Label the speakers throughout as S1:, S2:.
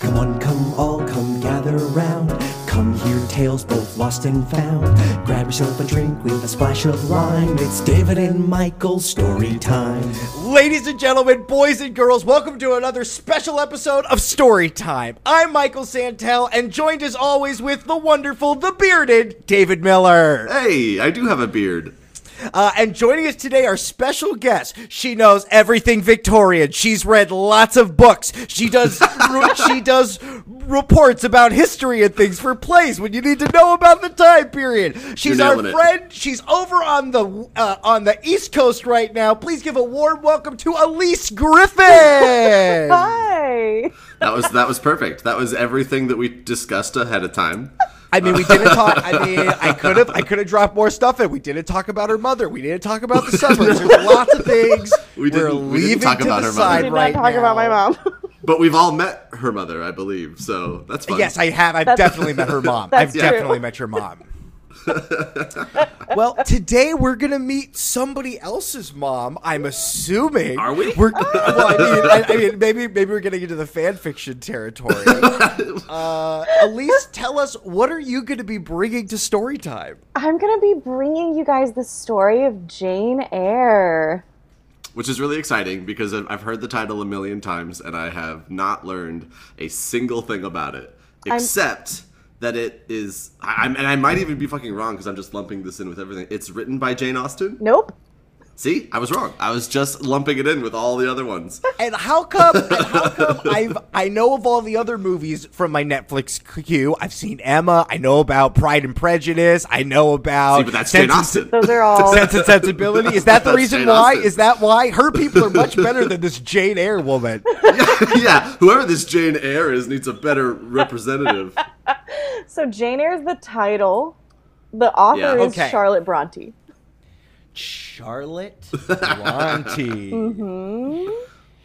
S1: Come one, come all, come gather round. Come hear tales both lost and found. Grab yourself a drink with a splash of lime. It's David and Michael's story time.
S2: Ladies and gentlemen, boys and girls, welcome to another special episode of Story Time. I'm Michael Santel, and joined as always with the wonderful, the bearded David Miller.
S3: Hey, I do have a beard.
S2: Uh, and joining us today, our special guest. She knows everything Victorian. She's read lots of books. She does. re- she does reports about history and things for plays when you need to know about the time period. She's our
S3: nailing it.
S2: friend. She's over on the uh, on the East Coast right now. Please give a warm welcome to Elise Griffin.
S4: Hi.
S3: That was that was perfect. That was everything that we discussed ahead of time.
S2: I mean, we didn't talk. I mean, I could have. I could have dropped more stuff in. We didn't talk about her mother. We didn't talk about the suburbs. There's lots of things
S3: We
S2: are
S3: didn't-
S2: leaving
S3: we didn't talk
S2: to
S3: about
S2: the
S3: her mother.
S2: side
S4: I did
S2: right
S4: not talk
S2: now.
S4: about my mom.
S3: But we've all met her mother, I believe. So that's fun.
S2: Yes, I have. I've definitely met her mom. I've
S4: That's true.
S2: definitely met your mom. well, today we're gonna meet somebody else's mom. I'm assuming.
S3: Are we?
S2: We're, well, I mean, I, I mean, maybe maybe we're getting into the fan fiction territory. Uh, Elise, tell us what are you gonna be bringing to story time?
S4: I'm going to be bringing you guys the story of Jane Eyre.
S3: Which is really exciting because I've I've heard the title a million times and I have not learned a single thing about it, except that it is. I, I'm, and I might even be fucking wrong because I'm just lumping this in with everything. It's written by Jane Austen.
S4: Nope.
S3: See, I was wrong. I was just lumping it in with all the other ones.
S2: And how come? And how come I've I know of all the other movies from my Netflix queue. I've seen Emma. I know about Pride and Prejudice. I know about
S3: See, but that's
S2: Sense
S3: Jane
S2: and
S3: Austen.
S4: Those are all.
S2: Sense and Sensibility. Is that the
S3: That's
S2: reason
S3: Jane
S2: why?
S3: Austen.
S2: Is that why her people are much better than this Jane Eyre woman?
S3: yeah, whoever this Jane Eyre is needs a better representative.
S4: so Jane Eyre is the title. The author
S3: Yeah.
S4: is
S2: Okay.
S4: Charlotte Bronte.
S2: Charlotte Bronte.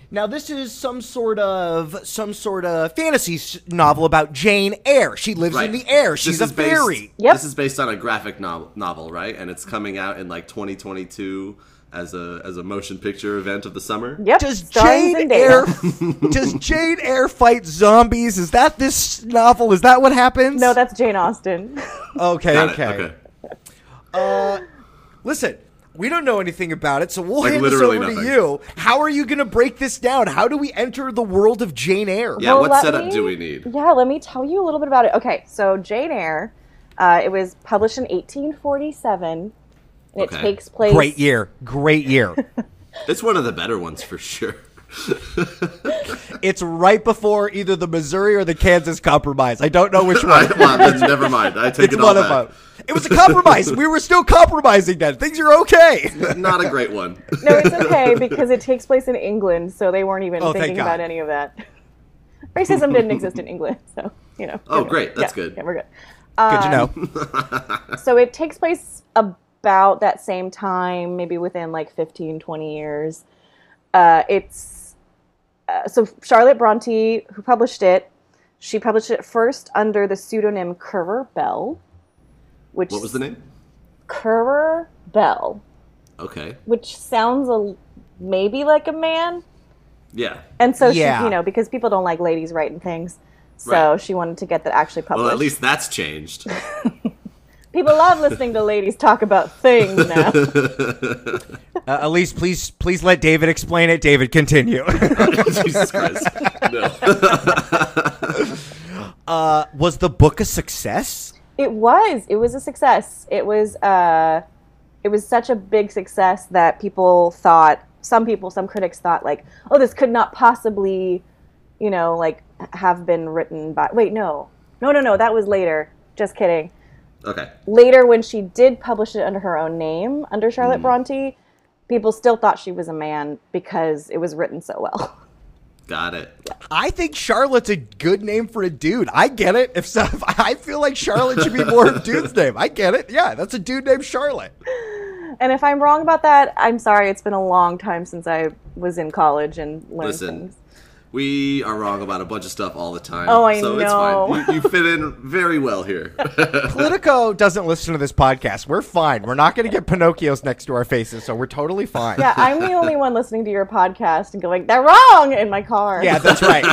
S2: Now this is some sort of some sort of fantasy s- novel about Jane Eyre. She lives in the air.
S3: This
S2: She's a
S3: is based-
S2: fairy.
S4: Yep.
S3: This is based on a graphic novel, novel, right? And it's coming out in like 2022 as a as a motion picture event of the summer.
S4: Yep.
S2: Does
S4: starring
S2: Jane
S4: Zendaya.
S2: Eyre does Jane Eyre fight zombies? Is that this novel? Is that what happens?
S4: No, that's Jane Austen.
S2: okay.
S3: Got it,
S2: okay. Listen, we don't know anything about it, so we'll
S3: Like,
S2: hand this over
S3: literally
S2: to
S3: nothing.
S2: you. How are you going to break this down? How do we enter the world of Jane Eyre?
S3: Yeah.
S4: Well,
S3: what
S4: let
S3: setup
S4: me-
S3: do we need?
S4: Yeah, let me tell you a little bit about it. Okay, so Jane Eyre, uh, it was published in 1847, and
S3: Okay.
S4: it takes place.
S2: Great year. Great year.
S3: It's one of the better ones for sure.
S2: it's right before either the Missouri or the Kansas Compromise. I don't know which
S3: I,
S2: one.
S3: well, then never mind. I take
S2: It's
S3: it all
S2: one of
S3: back.
S2: them. It was a compromise. we were still compromising then. Things are okay.
S3: Not a great one.
S4: No, it's okay because it takes place in England, so they weren't even
S2: Oh, thank
S4: thinking
S2: God.
S4: about any of that. Racism didn't exist in England, so you know.
S3: Oh, great. That's
S4: Yeah,
S3: good.
S4: Yeah, we're good. Uh,
S2: Good to know.
S4: So it takes place about that same time, maybe within like 15, 20 years. Uh, it's uh, so Charlotte Bronte, who published it, she published it first under the pseudonym Currer Bell, which
S3: What was the name?
S4: Currer Bell,
S3: Okay.
S4: which sounds a maybe like a man,
S3: Yeah.
S4: And so
S2: Yeah.
S4: she, you know, because people don't like ladies writing things, so
S3: Right.
S4: she wanted to get that actually published.
S3: Well, at least that's changed.
S4: people love listening to ladies talk about things now.
S2: Uh, Elise, please, please let David explain it. David, continue.
S3: Jesus Christ. No.
S2: Uh, was the book a success?
S4: it was, it was a success. It was, uh, it was such a big success that people thought, some people, some critics thought, like, oh, this could not possibly, you know, like have been written by. Wait, no, no, no, no, that was later. Just kidding.
S3: Okay.
S4: later when she did publish it under her own name under charlotte bronte people still thought she was a man because it was written so well
S3: Got it.
S2: I think Charlotte's a good name for a dude. I get it. If so, if I feel like Charlotte should be more of a dude's name. I get it. Yeah, that's a dude named Charlotte.
S4: and if i'm wrong about that i'm sorry it's been a long time since i was in college and learned
S3: Listen,
S4: things
S3: We are wrong about a bunch of stuff all the time.
S4: Oh, I
S3: so
S4: know.
S3: it's fine. You, you fit in very well here.
S2: Politico doesn't listen to this podcast. We're fine. We're not going to get Pinocchios next to our faces, so we're totally fine.
S4: yeah i'm the only one listening to your podcast and going they're wrong in my car
S2: Yeah, that's right.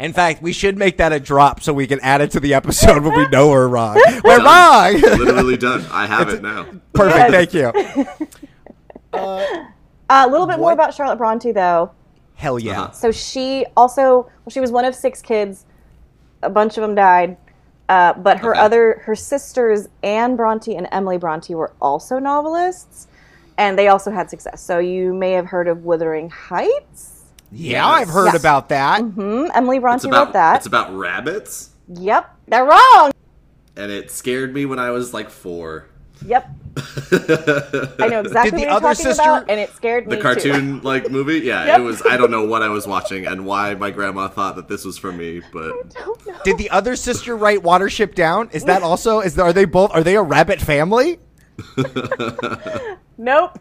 S2: In fact, we should make that a drop so we can add it to the episode when we know we're wrong. We're wrong.
S3: Literally done. I have it now.
S2: Perfect. Thank you.
S4: Uh, a little bit more
S2: What?
S4: about Charlotte Bronte, though.
S2: Hell yeah.
S3: Uh-huh.
S4: So she also well, she was one of six kids. A bunch of them died, uh, but her
S3: Okay.
S4: other her sisters Anne Bronte and Emily Bronte were also novelists, and they also had success. So you may have heard of Wuthering Heights.
S2: Yeah, I've heard about that.
S4: Hmm, Emily
S3: It's
S4: Bronte
S3: about
S4: wrote that.
S3: it's about rabbits,
S4: yep, they're wrong.
S3: and it scared me when I was like four.
S4: Yep, I know
S2: the
S4: exactly what you're
S2: other
S4: talking
S2: sister-
S4: about, and it scared me
S3: The cartoon like movie, yeah,
S4: Yep.
S3: it was. I don't know what I was watching and why my grandma thought that this was for me, but
S4: too. Don't know.
S2: Did the other sister write Watership Down? Is that also is there, are they both are they a rabbit family?
S4: Nope.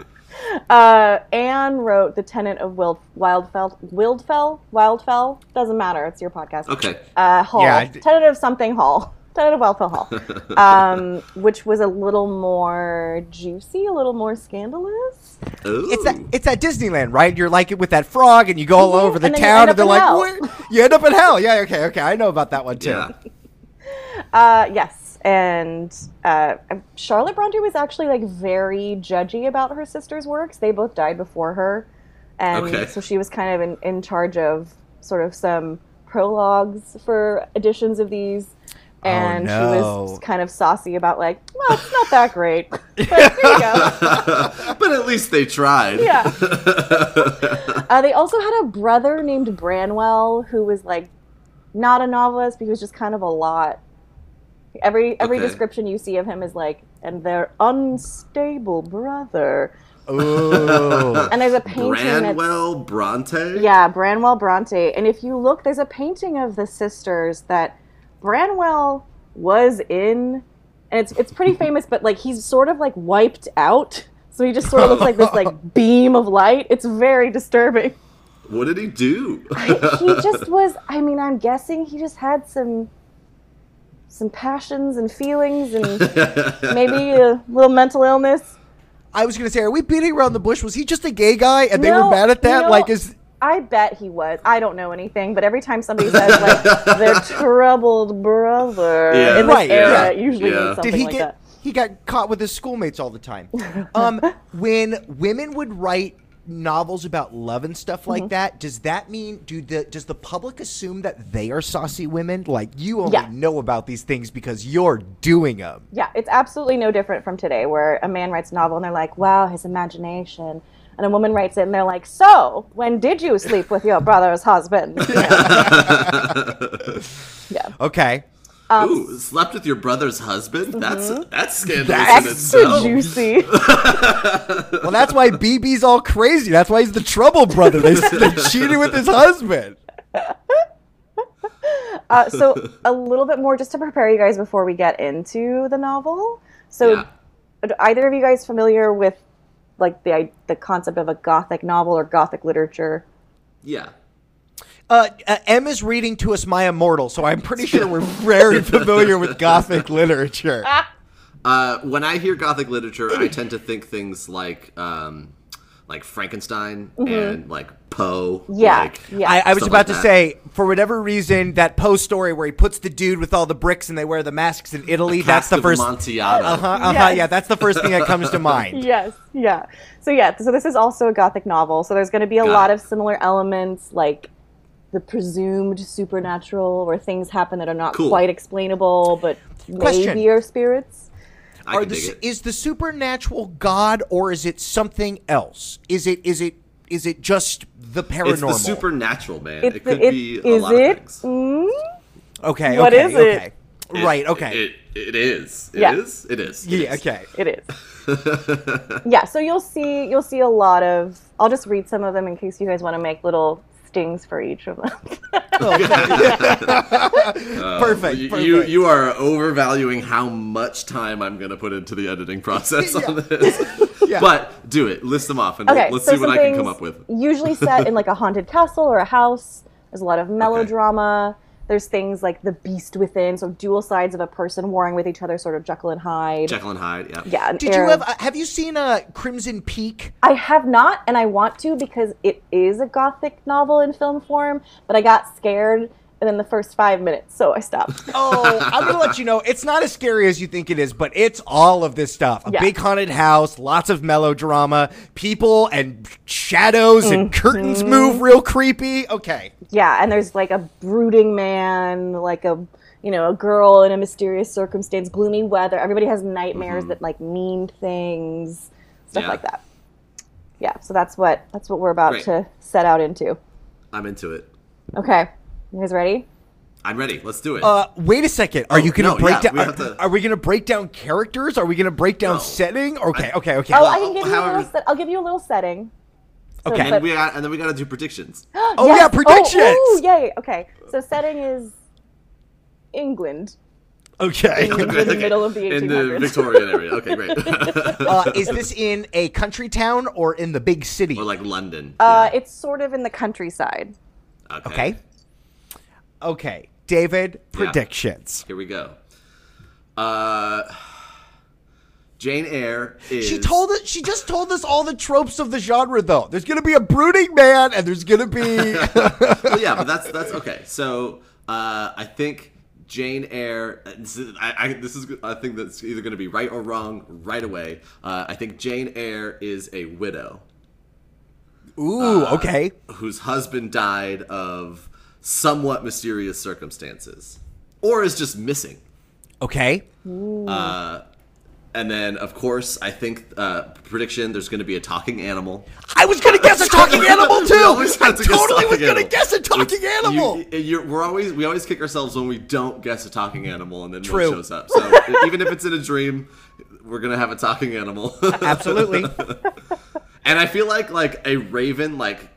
S4: uh, Anne wrote The Tenant of Wild, Wildfell. Wildfell? Wildfell? Doesn't matter. It's your podcast.
S3: okay,
S4: Uh, Hall.
S2: Yeah, I d-
S4: Tenant of something Hall. Tenant of Wildfell Hall. um, which was a little more juicy, a little more scandalous.
S3: Ooh.
S2: It's that it's at Disneyland, right? You're like it with that frog and you go all
S4: Mhm,
S2: over the
S4: and then you
S2: town
S4: end
S2: and they're like,
S4: up in
S2: "What?" You end up in hell. Yeah, okay, okay. I know about that one too.
S3: yeah.
S4: Uh, yes. And uh, Charlotte Bronte was actually like very judgy about her sister's works. They both died before her, and
S3: Okay.
S4: so she was kind of in, in charge of sort of some prologues for editions of these. And she
S2: no.
S4: was kind of saucy about like, well, it's not that great, but there you go.
S3: but at least they tried.
S4: Yeah. uh, they also had a brother named Branwell who was like not a novelist, but he was just kind of a lot. Every every
S3: Okay.
S4: description you see of him is like, and their unstable brother.
S2: Ooh.
S4: And there's a painting. that's-
S3: Branwell Bronte.
S4: yeah, Branwell Bronte. And if you look, there's a painting of the sisters that Branwell was in, and it's it's pretty famous. But like he's sort of like wiped out, so he just sort of looks like this like beam of light. It's very disturbing.
S3: What did he do?
S4: he just was i mean i'm guessing he just had some some passions and feelings and maybe a little mental illness
S2: I was going to say, are we beating around the bush? Was he just a gay guy and they were
S4: No,
S2: mad at that?
S4: you know-
S2: like is
S4: i bet he was i don't know anything but every time somebody says like their troubled brother
S3: Yeah.
S4: in this
S2: Right, yeah.
S4: era it usually
S3: Yeah.
S4: means something
S2: did he
S4: like
S2: get
S4: that
S2: he got caught with his schoolmates all the time um when women would write novels about love and stuff
S4: Mm-hmm.
S2: like that does that mean do the does the public assume that they are saucy women like you only
S4: Yeah.
S2: know about these things because you're doing them
S4: Yeah, it's absolutely no different from today, where a man writes a novel and they're like, "Wow, his imagination," and a woman writes it and they're like, "So, when did you sleep with your brother's husband?" You know. yeah,
S2: okay
S3: Ooh, slept with your brother's husband? That's
S4: Mm-hmm.
S3: that's scandalous in
S4: extra
S3: itself.
S4: juicy.
S2: well that's why bb's all crazy that's why he's the trouble brother they, they cheated with his husband
S4: Uh, so a little bit more just to prepare you guys before we get into the novel. So,
S3: Yeah.
S4: are either of you guys familiar with like the i- the concept of a gothic novel or gothic literature?
S3: Yeah.
S2: uh, uh, M is reading to us My Immortal, so I'm pretty sure we're very familiar with Gothic literature.
S3: Uh, when I hear Gothic literature, I tend to think things like um, like Frankenstein and like Poe.
S4: Mm-hmm. Yeah,
S3: like-
S4: yeah.
S2: I, I was
S3: Stuff
S2: about
S3: like
S2: to
S3: that.
S2: say, for whatever reason, that Poe story where he puts the dude with all the bricks and they wear the masks in Italy, that's
S3: Cask
S2: the
S3: of
S2: first. Uh
S3: Amontillado.
S2: huh, uh huh,
S4: Yes.
S2: yeah, that's the first thing that comes to mind.
S4: Yes, yeah. So yeah, so this is also a gothic novel. So there's going to be a
S3: Got
S4: lot
S3: it.
S4: of similar elements like the presumed supernatural where things happen that are not
S3: Cool.
S4: quite explainable but
S2: Question.
S4: maybe are spirits.
S3: I
S2: Are
S3: can
S2: the,
S3: dig
S2: su-
S3: it.
S2: is the supernatural God or is it something else? Is it is it is it just the paranormal?
S3: It's the supernatural, man.
S4: It's
S3: it could
S4: the- it-
S3: be a
S4: is
S3: lot
S4: it?
S3: of things.
S4: Mm?
S2: okay,
S4: What
S2: okay,
S4: is it?
S2: okay.
S3: It-
S2: right, okay.
S3: It, it is. It is.
S4: Yeah.
S3: It is. It
S2: yeah,
S3: is.
S2: okay.
S4: It is. yeah, so you'll see you'll see a lot of I'll just read some of them in case you guys want to make little stings for each of them.
S2: perfect,
S3: Uh, You,
S2: perfect.
S3: you you are overvaluing how much time I'm gonna put into the editing process on
S2: Yeah.
S3: this.
S2: Yeah.
S3: But do it. List them off, and
S4: Okay,
S3: let's
S4: so
S3: see what
S4: some
S3: I can
S4: things
S3: come up with.
S4: Usually set in like a haunted castle or a house. There's a lot of melodrama. There's things like the beast within, so dual sides of a person warring with each other, sort of Jekyll and Hyde.
S3: Jekyll and Hyde. Yeah.
S4: yeah. an
S2: Did
S4: air
S2: you
S4: of-
S2: have? uh, Have you seen uh, Crimson Peak?
S4: I have not, and I want to because it is a gothic novel in film form, but I got scared within the first five minutes, so I stopped.
S2: Oh, I'm gonna let you know. It's not as scary as you think it is, but it's all of this stuff. A
S4: Yeah.
S2: big haunted house, lots of melodrama, people and shadows and
S4: Mm-hmm.
S2: curtains move real creepy. Okay.
S4: yeah, and there's like a brooding man, like a you know, a girl in a mysterious circumstance, gloomy weather. Everybody has nightmares that like mean things,
S3: Mm-hmm.
S4: stuff
S3: Yeah.
S4: like that. Yeah, so that's what that's what we're about
S3: Great.
S4: to set out into.
S3: I'm into it.
S4: Okay. You guys ready?
S3: I'm ready. Let's do it.
S2: Uh, wait a second. Are
S3: Oh,
S2: you gonna
S3: no,
S2: break
S3: yeah,
S2: down?
S3: we
S2: Are,
S3: have to-
S2: are we gonna break down characters? Are we gonna break down
S3: No.
S2: setting? Okay. Okay. Okay.
S4: Oh,
S3: Well,
S4: I can give you a
S3: however-
S4: little set- I'll give you a little setting. So-
S2: Okay.
S3: and we got, and then we got to do predictions.
S2: oh yeah, predictions.
S4: Oh, ooh, yay. Okay. So setting is England.
S2: Okay.
S4: In the middle of the
S3: in the
S4: 1800s.
S3: Victorian area. Okay, great.
S2: uh, is this in a country town or in the big city?
S3: or like London.
S4: Uh,
S3: Yeah.
S4: It's sort of in the countryside.
S2: okay. Okay. David, predictions.
S3: Here we go. Uh, Jane Eyre is.
S2: She told us. She just told us all the tropes of the genre, though. There's gonna be a brooding man, and there's gonna be.
S3: well, yeah, but that's that's okay. So uh, I think Jane Eyre. This is, I, I, this is a thing that's either going to be right or wrong right away. Uh, I think Jane Eyre is a widow
S2: Ooh.
S3: Uh,
S2: Okay.
S3: whose husband died of somewhat mysterious circumstances, or is just missing.
S2: Okay.
S3: And then, of course, I think uh, prediction. There's going to be a talking animal.
S2: I was gonna guess a talking animal too.
S3: We always
S2: I
S3: have to guess
S2: totally was
S3: talking
S2: gonna
S3: animal.
S2: guess a talking
S3: It's- you-
S2: animal.
S3: you're- we're always we always kick ourselves when we don't guess a talking animal and then
S2: True.
S3: one shows up. So e-, even if it's in a dream, we're gonna have a talking animal.
S2: Absolutely.
S3: and I feel like like a raven like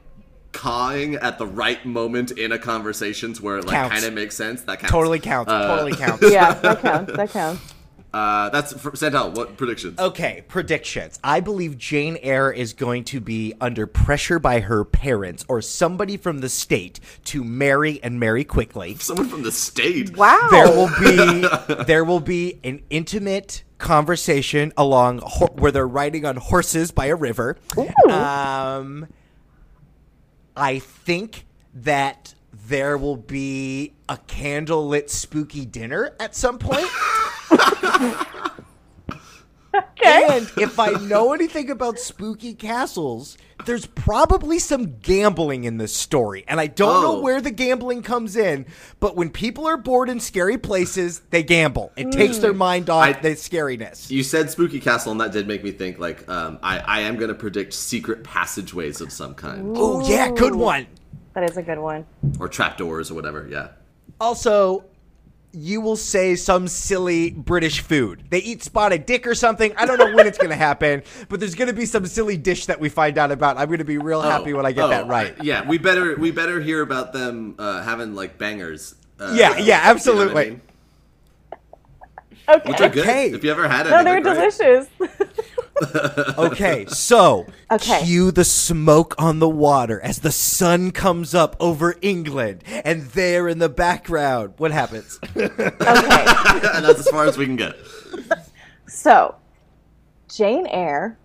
S3: cawing at the right moment in a conversation to where it like
S2: Counts.
S3: kind of makes sense. That counts.
S2: totally counts.
S3: Uh,
S2: totally counts.
S4: Yeah, that counts. That counts.
S3: Uh, that's for, Santel. What predictions?
S2: Okay, predictions. I believe Jane Eyre is going to be under pressure by her parents or somebody from the state to marry and marry quickly.
S3: Someone from the state.
S4: Wow.
S2: There will be there will be an intimate conversation along ho- where they're riding on horses by a river. Um, I think that there will be a candlelit spooky dinner at some point. And if I know anything about spooky castles, there's probably some gambling in this story. And I don't know
S3: Oh.
S2: where the gambling comes in, but when people are bored in scary places, they gamble. It takes their mind off
S3: I-
S2: the scariness.
S3: You said spooky castle, and that did make me think. Like, um, I, I am going to predict secret passageways of some kind,
S2: Oh, yeah, good one.
S4: That is a good one.
S3: or trapdoors, or whatever. Yeah.
S2: Also, you will say some silly British food. They eat spotted dick or something. I don't know when it's going to happen, but there's going to be some silly dish that we find out about. I'm going to be real happy
S3: Oh,
S2: when I get
S3: oh,
S2: that right.
S3: I- yeah, we better we better hear about them uh, having like bangers. Uh,
S2: Yeah, yeah,
S3: you know what I
S2: absolutely.
S3: mean?
S4: Okay.
S3: Which are good.
S2: Okay.
S3: If you ever had it,
S4: no, they're delicious.
S2: Okay, so
S4: Okay.
S2: cue the smoke on the water as the sun comes up over England, and there in the background, what happens?
S4: okay.
S3: and that's as far as we can get.
S4: So, Jane Eyre,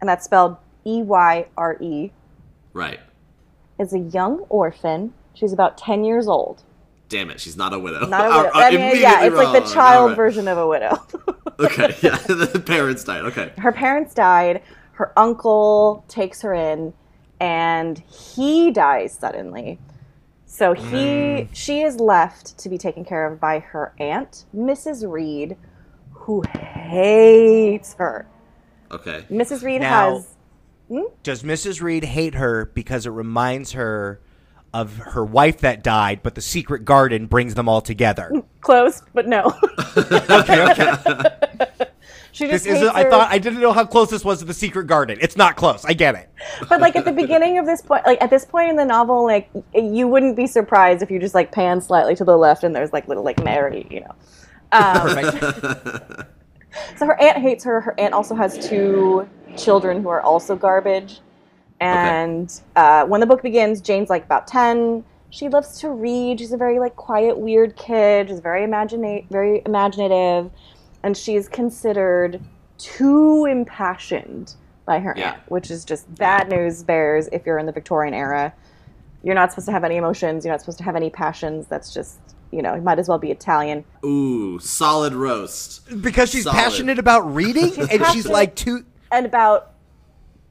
S4: and that's spelled E Y R E,
S3: Right.
S4: is a young orphan. She's about 10 years old.
S3: Damn it, she's not a widow.
S4: Not a
S3: Or-
S4: widow.
S3: or
S4: I mean, yeah,
S3: Uh, immediately
S4: it's like the
S3: wrong.
S4: child
S3: Alright.
S4: version of a widow.
S3: Okay, yeah, the parents died. Okay.
S4: her parents died. Her uncle takes her in, and he dies suddenly. So he
S3: Hmm.
S4: she is left to be taken care of by her aunt, Mrs. Reed, who hates her.
S3: Okay.
S4: Mrs. Reed
S2: Now-
S4: has
S2: Does Mrs. Reed hate her because it reminds her of her wife that died, but the secret garden brings them all together?
S4: close, but no.
S2: okay, okay.
S4: she just
S2: This is
S4: hates
S2: I
S4: her.
S2: thought I didn't know how close this was to the secret garden. It's not close. I get it.
S4: but like at the beginning of this point, like at this point in the novel, like y- you wouldn't be surprised if you just like pan slightly to the left and there's like little like Mary, you know. Um,
S2: Perfect.
S4: So her aunt hates her. Her aunt also has two children who are also garbage. And uh, when the book begins, Jane's like about 10. she loves to read. She's a very like quiet, weird kid. She's very imagina- very imaginative, and she's considered too impassioned by her
S3: Yeah.
S4: aunt, which is just bad news bears if you're in the Victorian era. You're not supposed to have any emotions. You're not supposed to have any passions. That's just, you know, you might as well be Italian.
S3: Ooh, solid roast.
S2: because she's
S3: Solid.
S2: passionate about reading, and she's
S4: passionate.
S2: like too.
S4: And about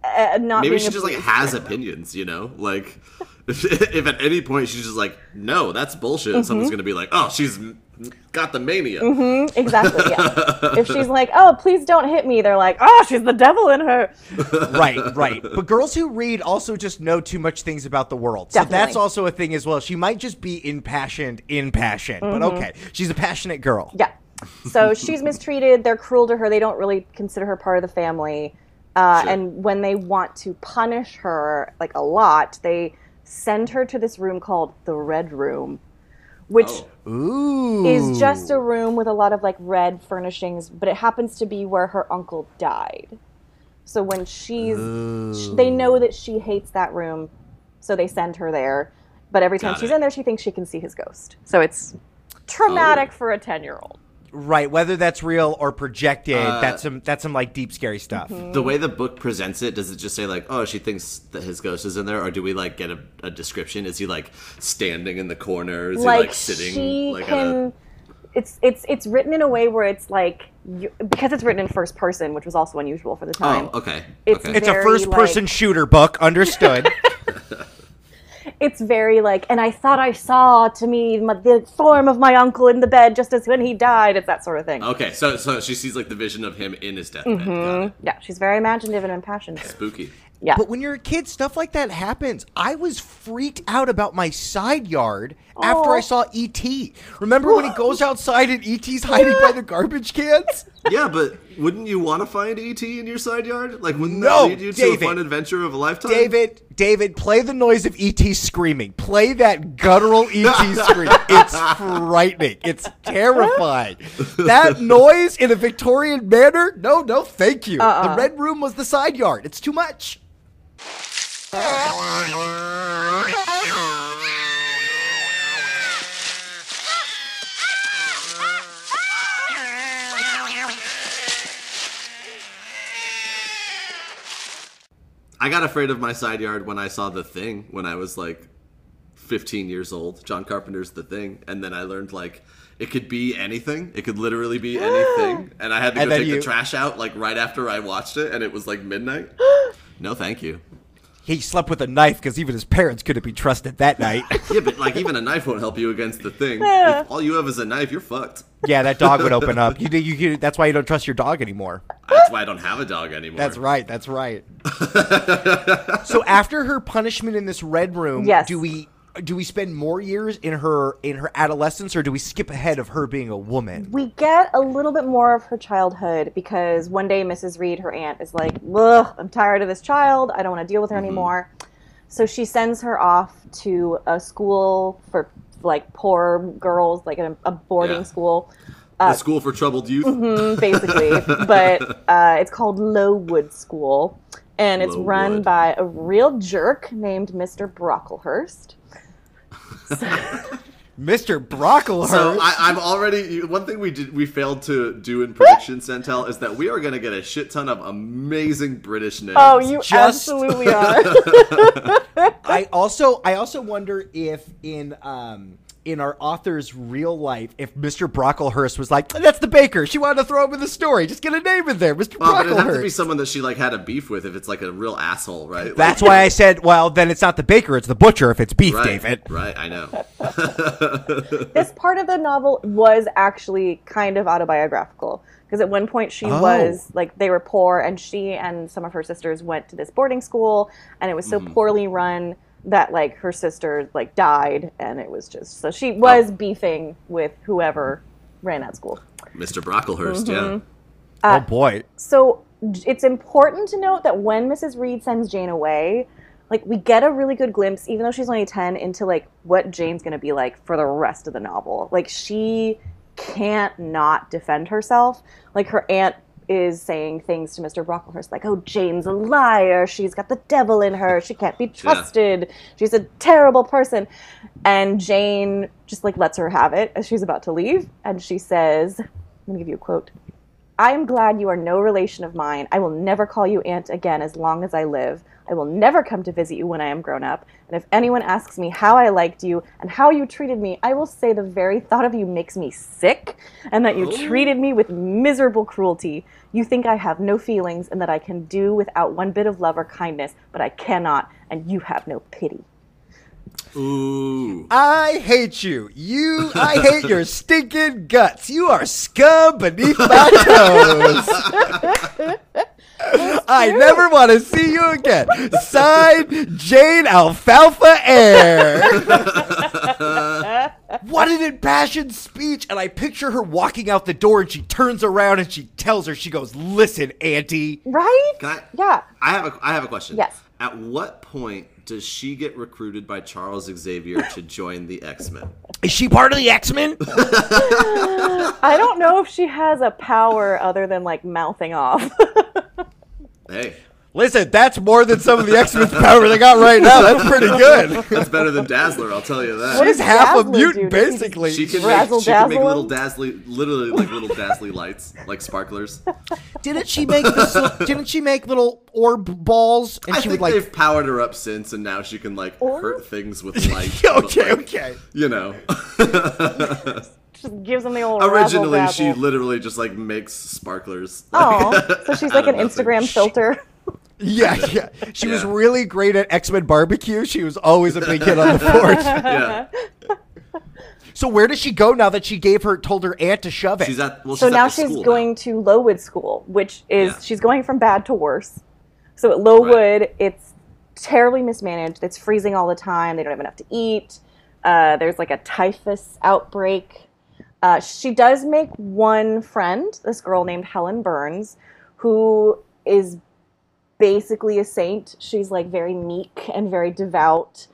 S4: uh, not
S3: Maybe
S4: being
S3: she just like
S4: abused.
S3: has opinions, you know? Like, if, if at any point she's just like, no, that's bullshit, someone's
S4: Mm-hmm.
S3: gonna be like, oh, she's m- got the mania.
S4: Exactly. Yeah. if she's like, "Oh, please don't hit me," they're like, "Oh, she's the devil in her."
S2: right, right. But girls who read also just know too much things about the world. So that's
S4: Definitely.
S2: also a thing as well. She might just be impassioned in passion, but okay. She's a passionate girl.
S4: Mm-hmm. Yeah. So she's mistreated. They're cruel to her. They don't really consider her part of the family. Uh,
S3: Sure.
S4: And when they want to punish her, like a lot, they send her to this room called the Red Room, which
S3: Oh.
S2: Ooh.
S4: is just a room with a lot of like red furnishings, but it happens to be where her uncle died. So when she's, sh they know that she hates that room, so they send her there. But every time
S3: Got
S4: she's
S3: it.
S4: in there, she thinks she can see his ghost. So it's traumatic
S3: Oh.
S4: for a ten-year-old.
S2: right. Whether that's real or projected,
S3: Uh,
S2: that's some that's some like deep scary stuff.
S4: Mm-hmm.
S3: The way the book presents it, does it just say like, "Oh, she thinks that his ghost is in there," or do we like get a, a description? Is he like standing in the corner? Is he like sitting?
S4: she
S3: like at
S4: can.
S3: a,
S4: It's it's it's written in a way where it's like you, because it's written in first person, which was also unusual for the time.
S3: oh, okay,
S4: It's-
S3: okay.
S2: It's a
S4: Very,
S2: first person
S4: like-
S2: shooter book, understood.
S4: it's very like, and I thought I saw to me m- the form of my uncle in the bed just as when he died. It's that sort of
S2: Oh.
S4: thing.
S3: okay, so so she sees like the vision of him in his deathbed. Got it.
S4: Yeah, she's very imaginative and impassioned.
S3: Spooky.
S4: Yeah.
S2: But when you're a kid, stuff like that happens. I was freaked out about my side yard after
S4: Aw.
S2: I saw E.T. Remember when he goes outside and E.T.'s hiding by the garbage cans?
S3: yeah, but wouldn't you want to find ET in your side yard? Like, wouldn't
S2: No,
S3: that lead you to
S2: David.
S3: a fun adventure of a lifetime?
S2: David, David, play the noise of ET screaming. Play that guttural ET scream. It's frightening. It's terrifying. That noise in a Victorian manner? No, no, thank you. The red room was the side yard. It's too much.
S3: I got afraid of my side yard when I saw The Thing when I was like 15 years old. John Carpenter's The Thing, and then I learned like it could be anything. It could literally be anything, and I had to
S2: And
S3: go
S2: then
S3: take
S2: you-
S3: the trash out like right after I watched it, and it was like midnight. no, thank you.
S2: He slept with a knife because even his parents couldn't be trusted that night.
S3: Yeah, but like even a knife won't help you against The Thing. If all you have is a knife, you're fucked.
S2: yeah, that dog would open up. You, you, you, that's why you don't trust your dog anymore.
S3: That's why I don't have a dog anymore.
S2: That's right. That's right. so after her punishment in this red room,
S4: Yes.
S2: do we do we spend more years in her in her adolescence, or do we skip ahead of her being a woman?
S4: we get a little bit more of her childhood because one day Mrs. Reed, her aunt, is like, Ugh, I'm tired of this child. I don't want to deal with
S2: Mm-hmm.
S4: her anymore. So she sends her off to a school for like poor girls, like a, a boarding
S3: Yeah.
S4: school,
S3: The school for troubled youth.
S4: mm, basically. but uh, it's called Lowood School, and it's run
S3: Lowood.
S4: by a real jerk named Mr. Brocklehurst.
S2: Mister Brocklehurst.
S3: So I, I'm already. you- One thing we did we failed to do in prediction Centel is that we are going to get a shit ton of amazing British names.
S4: Oh, you
S2: Just-
S4: absolutely are.
S2: I also I also wonder if in um in our author's real life, if Mister Brocklehurst was like, "That's the baker. She wanted to throw him in the story. Just get a name in there, Mister
S3: Well, but it'd have to be
S2: Brocklehurst."
S3: someone that she like had a beef with if it's like a real asshole, right?
S2: That's
S3: Like-
S2: why I said, well, then it's not the baker, it's the butcher if it's beef,
S3: right,
S2: David.
S3: Right, I know.
S4: this part of the novel was actually kind of autobiographical because at one point she
S2: Oh.
S4: was like they were poor and she and some of her sisters went to this boarding school and it was so
S2: Mm-hmm.
S4: poorly run that like her sister like died and it was just so she was
S2: Oh.
S4: beefing with whoever ran that school
S3: Mr. Brocklehurst, yeah.
S2: oh boy.
S4: so j- it's important to note that when Mrs. Reed sends Jane away, like we get a really good glimpse, even though she's only ten, into like what Jane's gonna be like for the rest of the novel. Like she can't not defend herself. Like her aunt is saying things to Mr. Brocklehurst like, "Oh, Jane's a liar. She's got the devil in her. She can't be trusted. She's a terrible person." And Jane just like lets her have it as she's about to leave, and she says, "I'm gonna give you a quote. I am glad you are no relation of mine. I will never call you aunt again as long as I live. I will never come to visit you when I am grown up. And if anyone asks me how I liked you and how you treated me, I will say the very thought of you makes me sick and that you
S3: Oh.
S4: treated me with miserable cruelty. You think I have no feelings and that I can do without one bit of love or kindness, but I cannot, and you have no pity.
S2: Mm-hmm.
S3: Ooh.
S2: I hate you. You, I hate your stinking guts. You are scum beneath my toes. I never want to see you again. Signed, Jane Alfalfa Air. what an impassioned speech. And I picture her walking out the door and she turns around and she tells her, she goes, Listen, Auntie.
S4: Right?
S3: Can I?
S4: yeah.
S3: I have a I have a question.
S4: Yes.
S3: At what point does she get recruited by Charles Xavier to join the X Men?
S2: Is she part of the X Men?
S4: I don't know if she has a power other than like mouthing off.
S3: Hey,
S2: Listen, that's more than some of the X Men's power they got right now. That's pretty good.
S3: that's better than Dazzler. I'll tell you that.
S4: What
S2: She's
S4: does
S2: half a
S4: Dazzler
S2: mutant,
S4: do? Does he-
S2: basically.
S3: she can make,
S4: Razzle
S3: she can make
S4: dazzle
S3: little
S4: him?
S3: dazzly, literally like little dazzly lights, like sparklers.
S2: didn't she make this, little- didn't she make little orb balls? And
S3: I
S2: she
S3: think
S2: would like
S3: they've powered her up since, and now she can like hurt things with light. but,
S2: Okay,
S3: like,
S2: okay.
S3: You know,
S4: Just gives them the old
S3: originally she
S4: razzle-dazzle.
S3: literally just like makes sparklers.
S4: Oh, so she's
S3: Out
S4: like
S3: of
S4: an
S3: nothing.
S4: Instagram filter.
S2: Yeah, yeah. She was
S3: Yeah.
S2: really great at X Men barbecue. She was always a big hit on the force.
S3: yeah,
S2: so where does she go now that she gave her told her aunt to shove it?
S3: she's at. Well,
S4: So
S3: she's
S4: now
S3: at the
S4: she's
S3: school
S4: going to Lowood School, which is
S3: Yeah.
S4: she's going from bad to worse. So at Lowood, it's terribly mismanaged. It's freezing all the time. They don't have enough to eat. Uh, there's like a typhus outbreak. Uh, she does make one friend, this girl named Helen Burns, who is basically a saint. She's like very meek and very devout,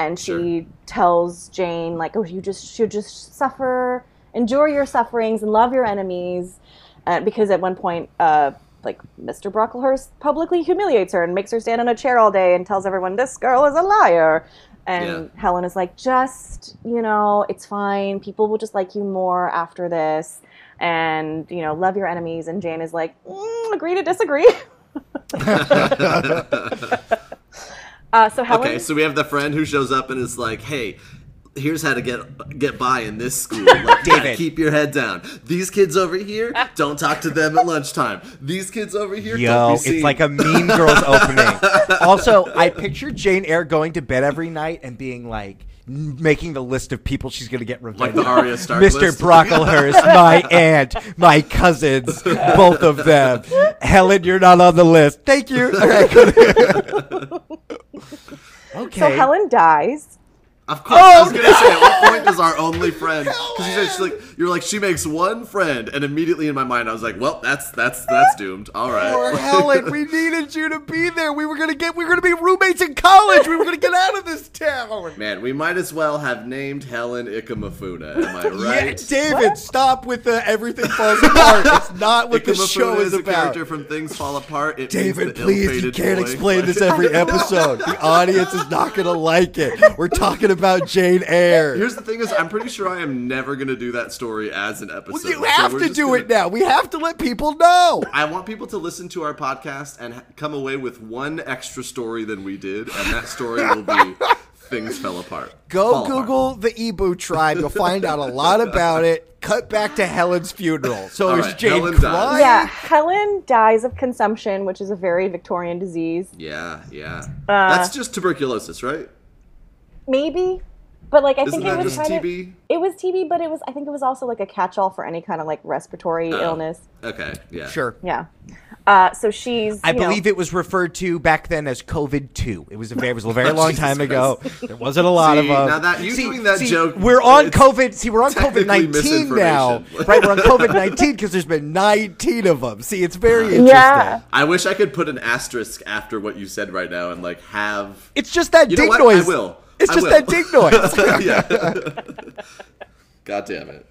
S4: and she tells Jane like, "Oh, you just you just suffer, endure your sufferings, and love your enemies," uh, because at one point, uh, like Mr. Brocklehurst publicly humiliates her and makes her stand on a chair all day and tells everyone this girl is a liar. And
S3: Yeah.
S4: Helen is like, just, you know, it's fine. People will just like you more after this. And, you know, love your enemies. And Jane is like, mm, agree to disagree. Uh, so Helen,
S3: Okay, so we have the friend who shows up and is like, "Hey, here's how to get get by in this school. Like,
S2: David.
S3: keep your head down. These kids over here, don't talk to them at lunchtime. These kids over here,
S2: Yo,
S3: don't be
S2: it's
S3: seen."
S2: like a Mean Girls opening. Also, I picture Jane Eyre going to bed every night and being like, n- making the list of people she's going to get revenge.
S3: Like the Arya Stark
S2: Mr.
S3: list.
S2: Brocklehurst, my aunt, my cousins, both of them. Helen, you're not on the list. Thank you. All right, go to- okay.
S4: so Helen dies.
S3: Of course, I
S2: Oh,
S3: was gonna say, at what point is our only friend? Because she's just like, you're like, she makes one friend, and immediately in my mind, I was like, well, that's that's that's doomed. All
S2: Poor
S3: right,
S2: Helen, we needed you to be there. We were gonna get, we were gonna be roommates in college. We were gonna get out of this town.
S3: man, we might as well have named Helen Ikamafuna. Am I
S2: Yeah,
S3: right?
S2: David, stop with the everything falls apart. It's not what the
S3: Ikamafuna
S2: show is,
S3: a
S2: about.
S3: character from Things Fall Apart. It means
S2: David,
S3: the
S2: please, you
S3: ill-fated
S2: can't
S3: boy.
S2: explain this every episode. The audience is not gonna like it. We're talking about Jane Eyre.
S3: Here's the thing: is I'm pretty sure I am never going to do that story as an episode.
S2: Well, you
S3: so
S2: have
S3: we're
S2: to
S3: just
S2: do
S3: gonna-
S2: it now. We have to let people know.
S3: I want people to listen to our podcast and ha- come away with one extra story than we did, and that story will be things fell apart.
S2: Go
S3: Fall apart.
S2: Google the Ebu tribe. You'll find out a lot about it. Cut back to Helen's funeral. So
S3: All
S2: is
S3: right,
S2: Jane
S3: Helen dies.
S2: crying?
S4: Yeah, Helen dies of consumption, which is a very Victorian disease.
S3: Yeah, yeah. That's just tuberculosis, right?
S4: Maybe, but like I
S3: Isn't
S4: think it
S3: that
S4: was
S3: just
S4: kind
S3: TB?
S4: of it was TB, but it was I think it was also like a catch-all for any kind of like respiratory illness.
S3: Okay, yeah.
S2: Sure.
S4: Yeah. Uh, so she's.
S2: I
S4: you know-
S2: believe it was referred to back then as COVID two. It was a very, it was a very long time ago. There wasn't a lot
S3: See,
S2: of uh, them.
S3: now that- you doing that joke,
S2: We're on
S3: it's
S2: COVID. See, we're on
S3: technically
S2: COVID nineteen now,
S3: misinformation.
S2: right? We're on COVID nineteen because there's been nineteen of them. See, it's very interesting.
S4: Yeah.
S3: I wish I could put an asterisk after what you said right now and like have.
S2: It's just that
S3: You know
S2: ding
S3: what? I
S2: noise.
S3: will.
S2: It's
S3: I
S2: just
S3: will.
S2: that ding noise.
S3: yeah. God damn it.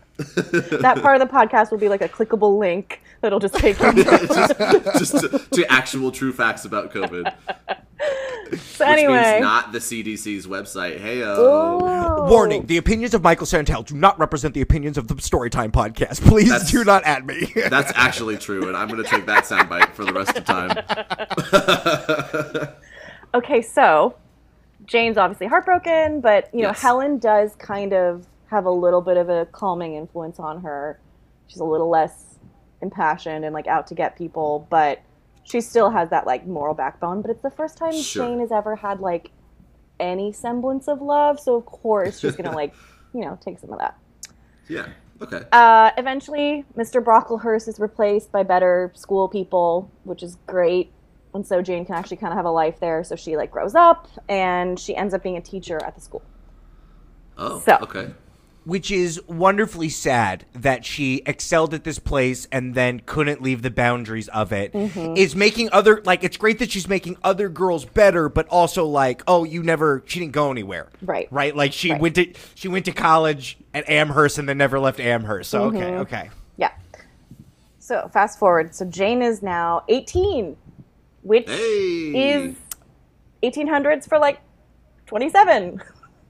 S4: that part of the podcast will be like a clickable link that'll just take you. to-
S3: just just to, to actual true facts about COVID,
S4: so
S3: which
S4: anyway,
S3: means not the CDC's website. Hey,
S4: Oh.
S2: Warning: The opinions of Michael Santel do not represent the opinions of the Storytime podcast. Please
S3: That's-
S2: do not add me.
S3: that's actually true, and I'm going to take that soundbite for the rest of time.
S4: okay, so Jane's obviously heartbroken, but you know
S3: Yes.
S4: Helen does kind of have a little bit of a calming influence on her. She's a little less impassioned and like out to get people, but she still has that like moral backbone. But it's the first time
S3: Sure.
S4: Jane has ever had like any semblance of love, so of course she's gonna like you know take some of that.
S3: Yeah. Okay.
S4: Uh, eventually, Mr. Brocklehurst is replaced by better school people, which is great. And so Jane can actually kind of have a life there. So she like grows up and she ends up being a teacher at the school.
S3: Oh.
S4: so-
S3: Okay.
S2: Which is wonderfully sad that she excelled at this place and then couldn't leave the boundaries of it.
S4: Mm-hmm.
S2: Is making other like it's great that she's making other girls better, but also like, oh, you never she didn't go anywhere.
S4: Right.
S2: Right? Like she
S4: Right.
S2: went to she went to college at Amherst and then never left Amherst. So
S4: Mm-hmm.
S2: okay, okay.
S4: Yeah. So fast forward. So Jane is now 18, which
S3: Hey.
S4: is 1800s for like 27.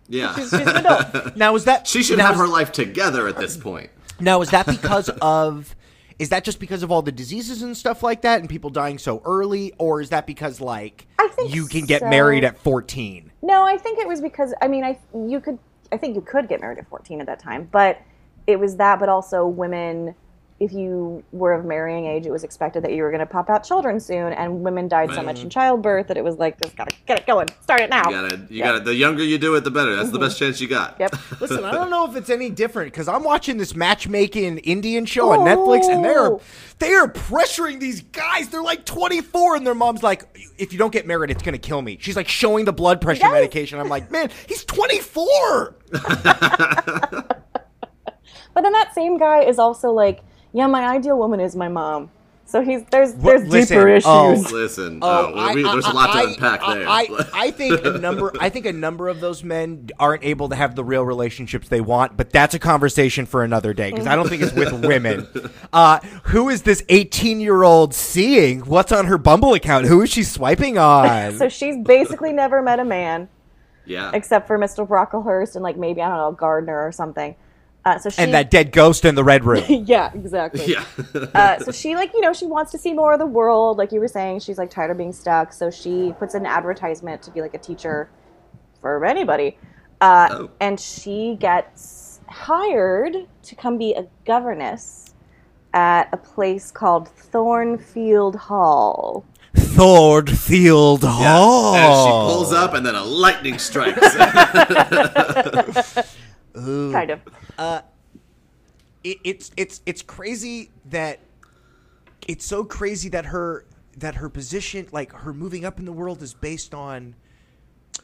S3: yeah.
S4: She's an adult.
S2: Now is that
S3: she should
S2: now
S3: have
S2: is-
S3: her life together at this point.
S2: Now, is that because of? Is that just because of all the diseases and stuff like that, and people dying so early, or is that because like
S4: I think
S2: you can get
S4: so.
S2: married at fourteen?
S4: No, I think it was because I mean, I you could I think you could get married at 14 at that time, but it was that but also women if you were of marrying age, it was expected that you were going to pop out children soon and women died so
S3: Right.
S4: much in childbirth that it was like just got to get it going. Start it now.
S3: You got to You got to The younger you do it, the better. That's the best chance you got.
S4: Yep.
S2: Listen, I don't know if it's any different because I'm watching this matchmaking Indian show on
S4: Oh.
S2: Netflix, and they're they are pressuring these guys. They're like 24, and their mom's like, "If you don't get married, it's gonna kill me." She's like showing the blood pressure
S4: Yes.
S2: medication. I'm like, "Man, he's 24."
S4: But then that same guy is also like, yeah, my ideal woman is my mom. So he's there's there's
S2: listen,
S4: deeper
S2: oh,
S4: issues.
S3: Listen.
S2: Oh,
S3: Oh, we-
S2: I-
S3: there's
S2: I-
S3: a lot to
S2: I-
S3: unpack
S2: I-
S3: there.
S2: I, I think a number. I think a number of those men aren't able to have the real relationships they want. But that's a conversation for another day because I don't think it's with women. Uh, who is this eighteen-year-old seeing? What's on her Bumble account? Who is she swiping on?
S4: So she's basically never met a man
S3: yeah.
S4: except for Mr. Brocklehurst and like maybe I don't know Gardner or something. Uh, so she
S2: and that dead ghost in the red room.
S4: yeah, exactly.
S3: yeah.
S4: Uh, so she like you know she wants to see more of the world. Like you were saying, she's like tired of being stuck. So she puts in an advertisement to be like a teacher for anybody, uh,
S3: Oh.
S4: and she gets hired to come be a governess at a place called Thornfield Hall.
S2: Thordfield
S3: Yeah.
S2: Hall.
S3: And she
S2: Oh.
S3: pulls up, and then a lightning strikes.
S4: Kind of.
S2: it, it's it's it's crazy that it's so crazy that her that her position like her moving up in the world is based on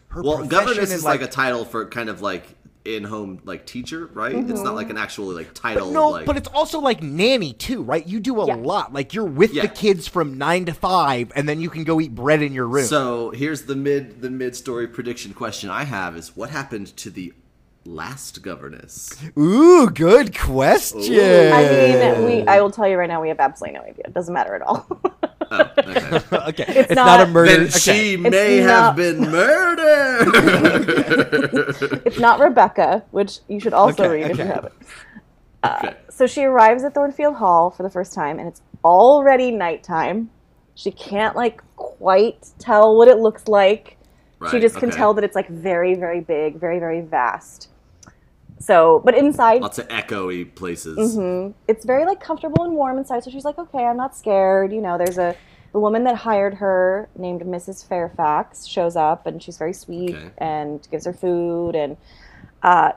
S2: her
S3: well,
S2: profession
S3: governess
S2: and,
S3: is like, a title for kind of like in-home like teacher, right? It's not like an actual like title.
S2: no,
S3: like,
S2: but it's also like nanny too, right? You do a
S4: Yeah.
S2: lot. Like you're with
S3: Yeah.
S2: the kids from nine to five, and then you can go eat bread in your room.
S3: So here's the mid the mid story prediction question I have is what happened to the last governess?
S2: Ooh, good question.
S4: I mean, we. I will tell you right now, we have absolutely no idea. It doesn't matter at all.
S2: okay, it's, not, a
S4: not-
S2: murder.
S3: Then
S2: okay.
S3: she may have
S4: not-
S3: been murdered.
S4: it's not Rebecca, which you should also
S2: Okay,
S4: read if you
S2: okay.
S4: haven't.
S3: Okay.
S4: So she arrives at Thornfield Hall for the first time, and it's already nighttime. She can't like quite tell what it looks like. she
S3: Right,
S4: just can
S3: okay.
S4: tell that it's like very, very big, very, very vast. So, but inside,
S3: Lots of echoey places.
S4: it's very like comfortable and warm inside. So she's like, okay, I'm not scared. You know, there's a the woman that hired her named Mrs. Fairfax shows up, and she's very sweet
S3: Okay.
S4: and gives her food. And uh,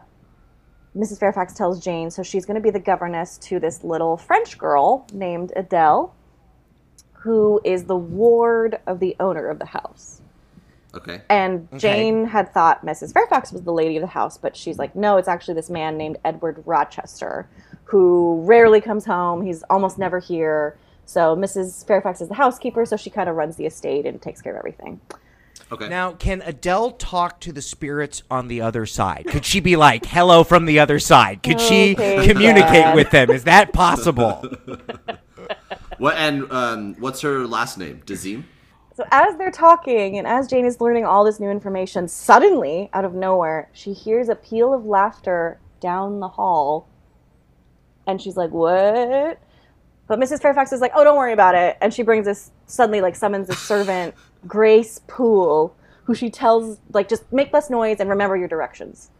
S4: Mrs. Fairfax tells Jane, so she's going to be the governess to this little French girl named Adele, who is the ward of the owner of the house. Mm-hmm.
S3: Okay.
S4: And Jane had thought Mrs. Fairfax was the lady of the house, but she's like, no, it's actually this man named Edward Rochester, who rarely comes home. He's almost never here. So Mrs. Fairfax is the housekeeper, so she kind of runs the estate and takes care of everything.
S3: Okay.
S2: Now, can Adele talk to the spirits on the other side? Could she be like, hello from the other side? Could she
S4: Okay,
S2: communicate
S4: Dad.
S2: with them? Is that possible?
S3: What and um, what's her last name? Dazim.
S4: So as they're talking and as Jane is learning all this new information, suddenly, out of nowhere, she hears a peal of laughter down the hall. And she's like, "What?" But Mrs. Fairfax is like, "Oh, don't worry about it." And she brings this suddenly like summons this servant, Grace Poole, who she tells like just make less noise and remember your directions.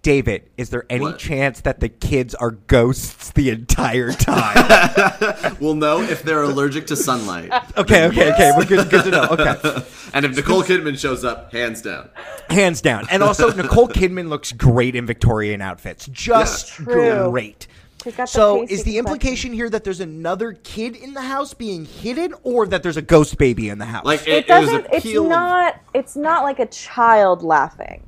S2: David, is there any
S3: What?
S2: chance that the kids are ghosts the entire time?
S3: We'll know if they're allergic to sunlight.
S2: okay, okay, okay. We're good, good to know. Okay.
S3: And if Nicole Kidman shows up, hands down.
S2: Hands down. And also, Nicole Kidman looks great in Victorian outfits. Just
S4: True.
S2: great.
S4: She's got the
S2: So,
S4: pasty
S2: is the
S4: complexion.
S2: implication here that there's another kid in the house being hidden or that there's a ghost baby in the house?
S3: Like
S4: It
S3: it, it was
S4: doesn't
S3: a
S4: it's
S3: peel. of-
S4: not it's not like a child laughing.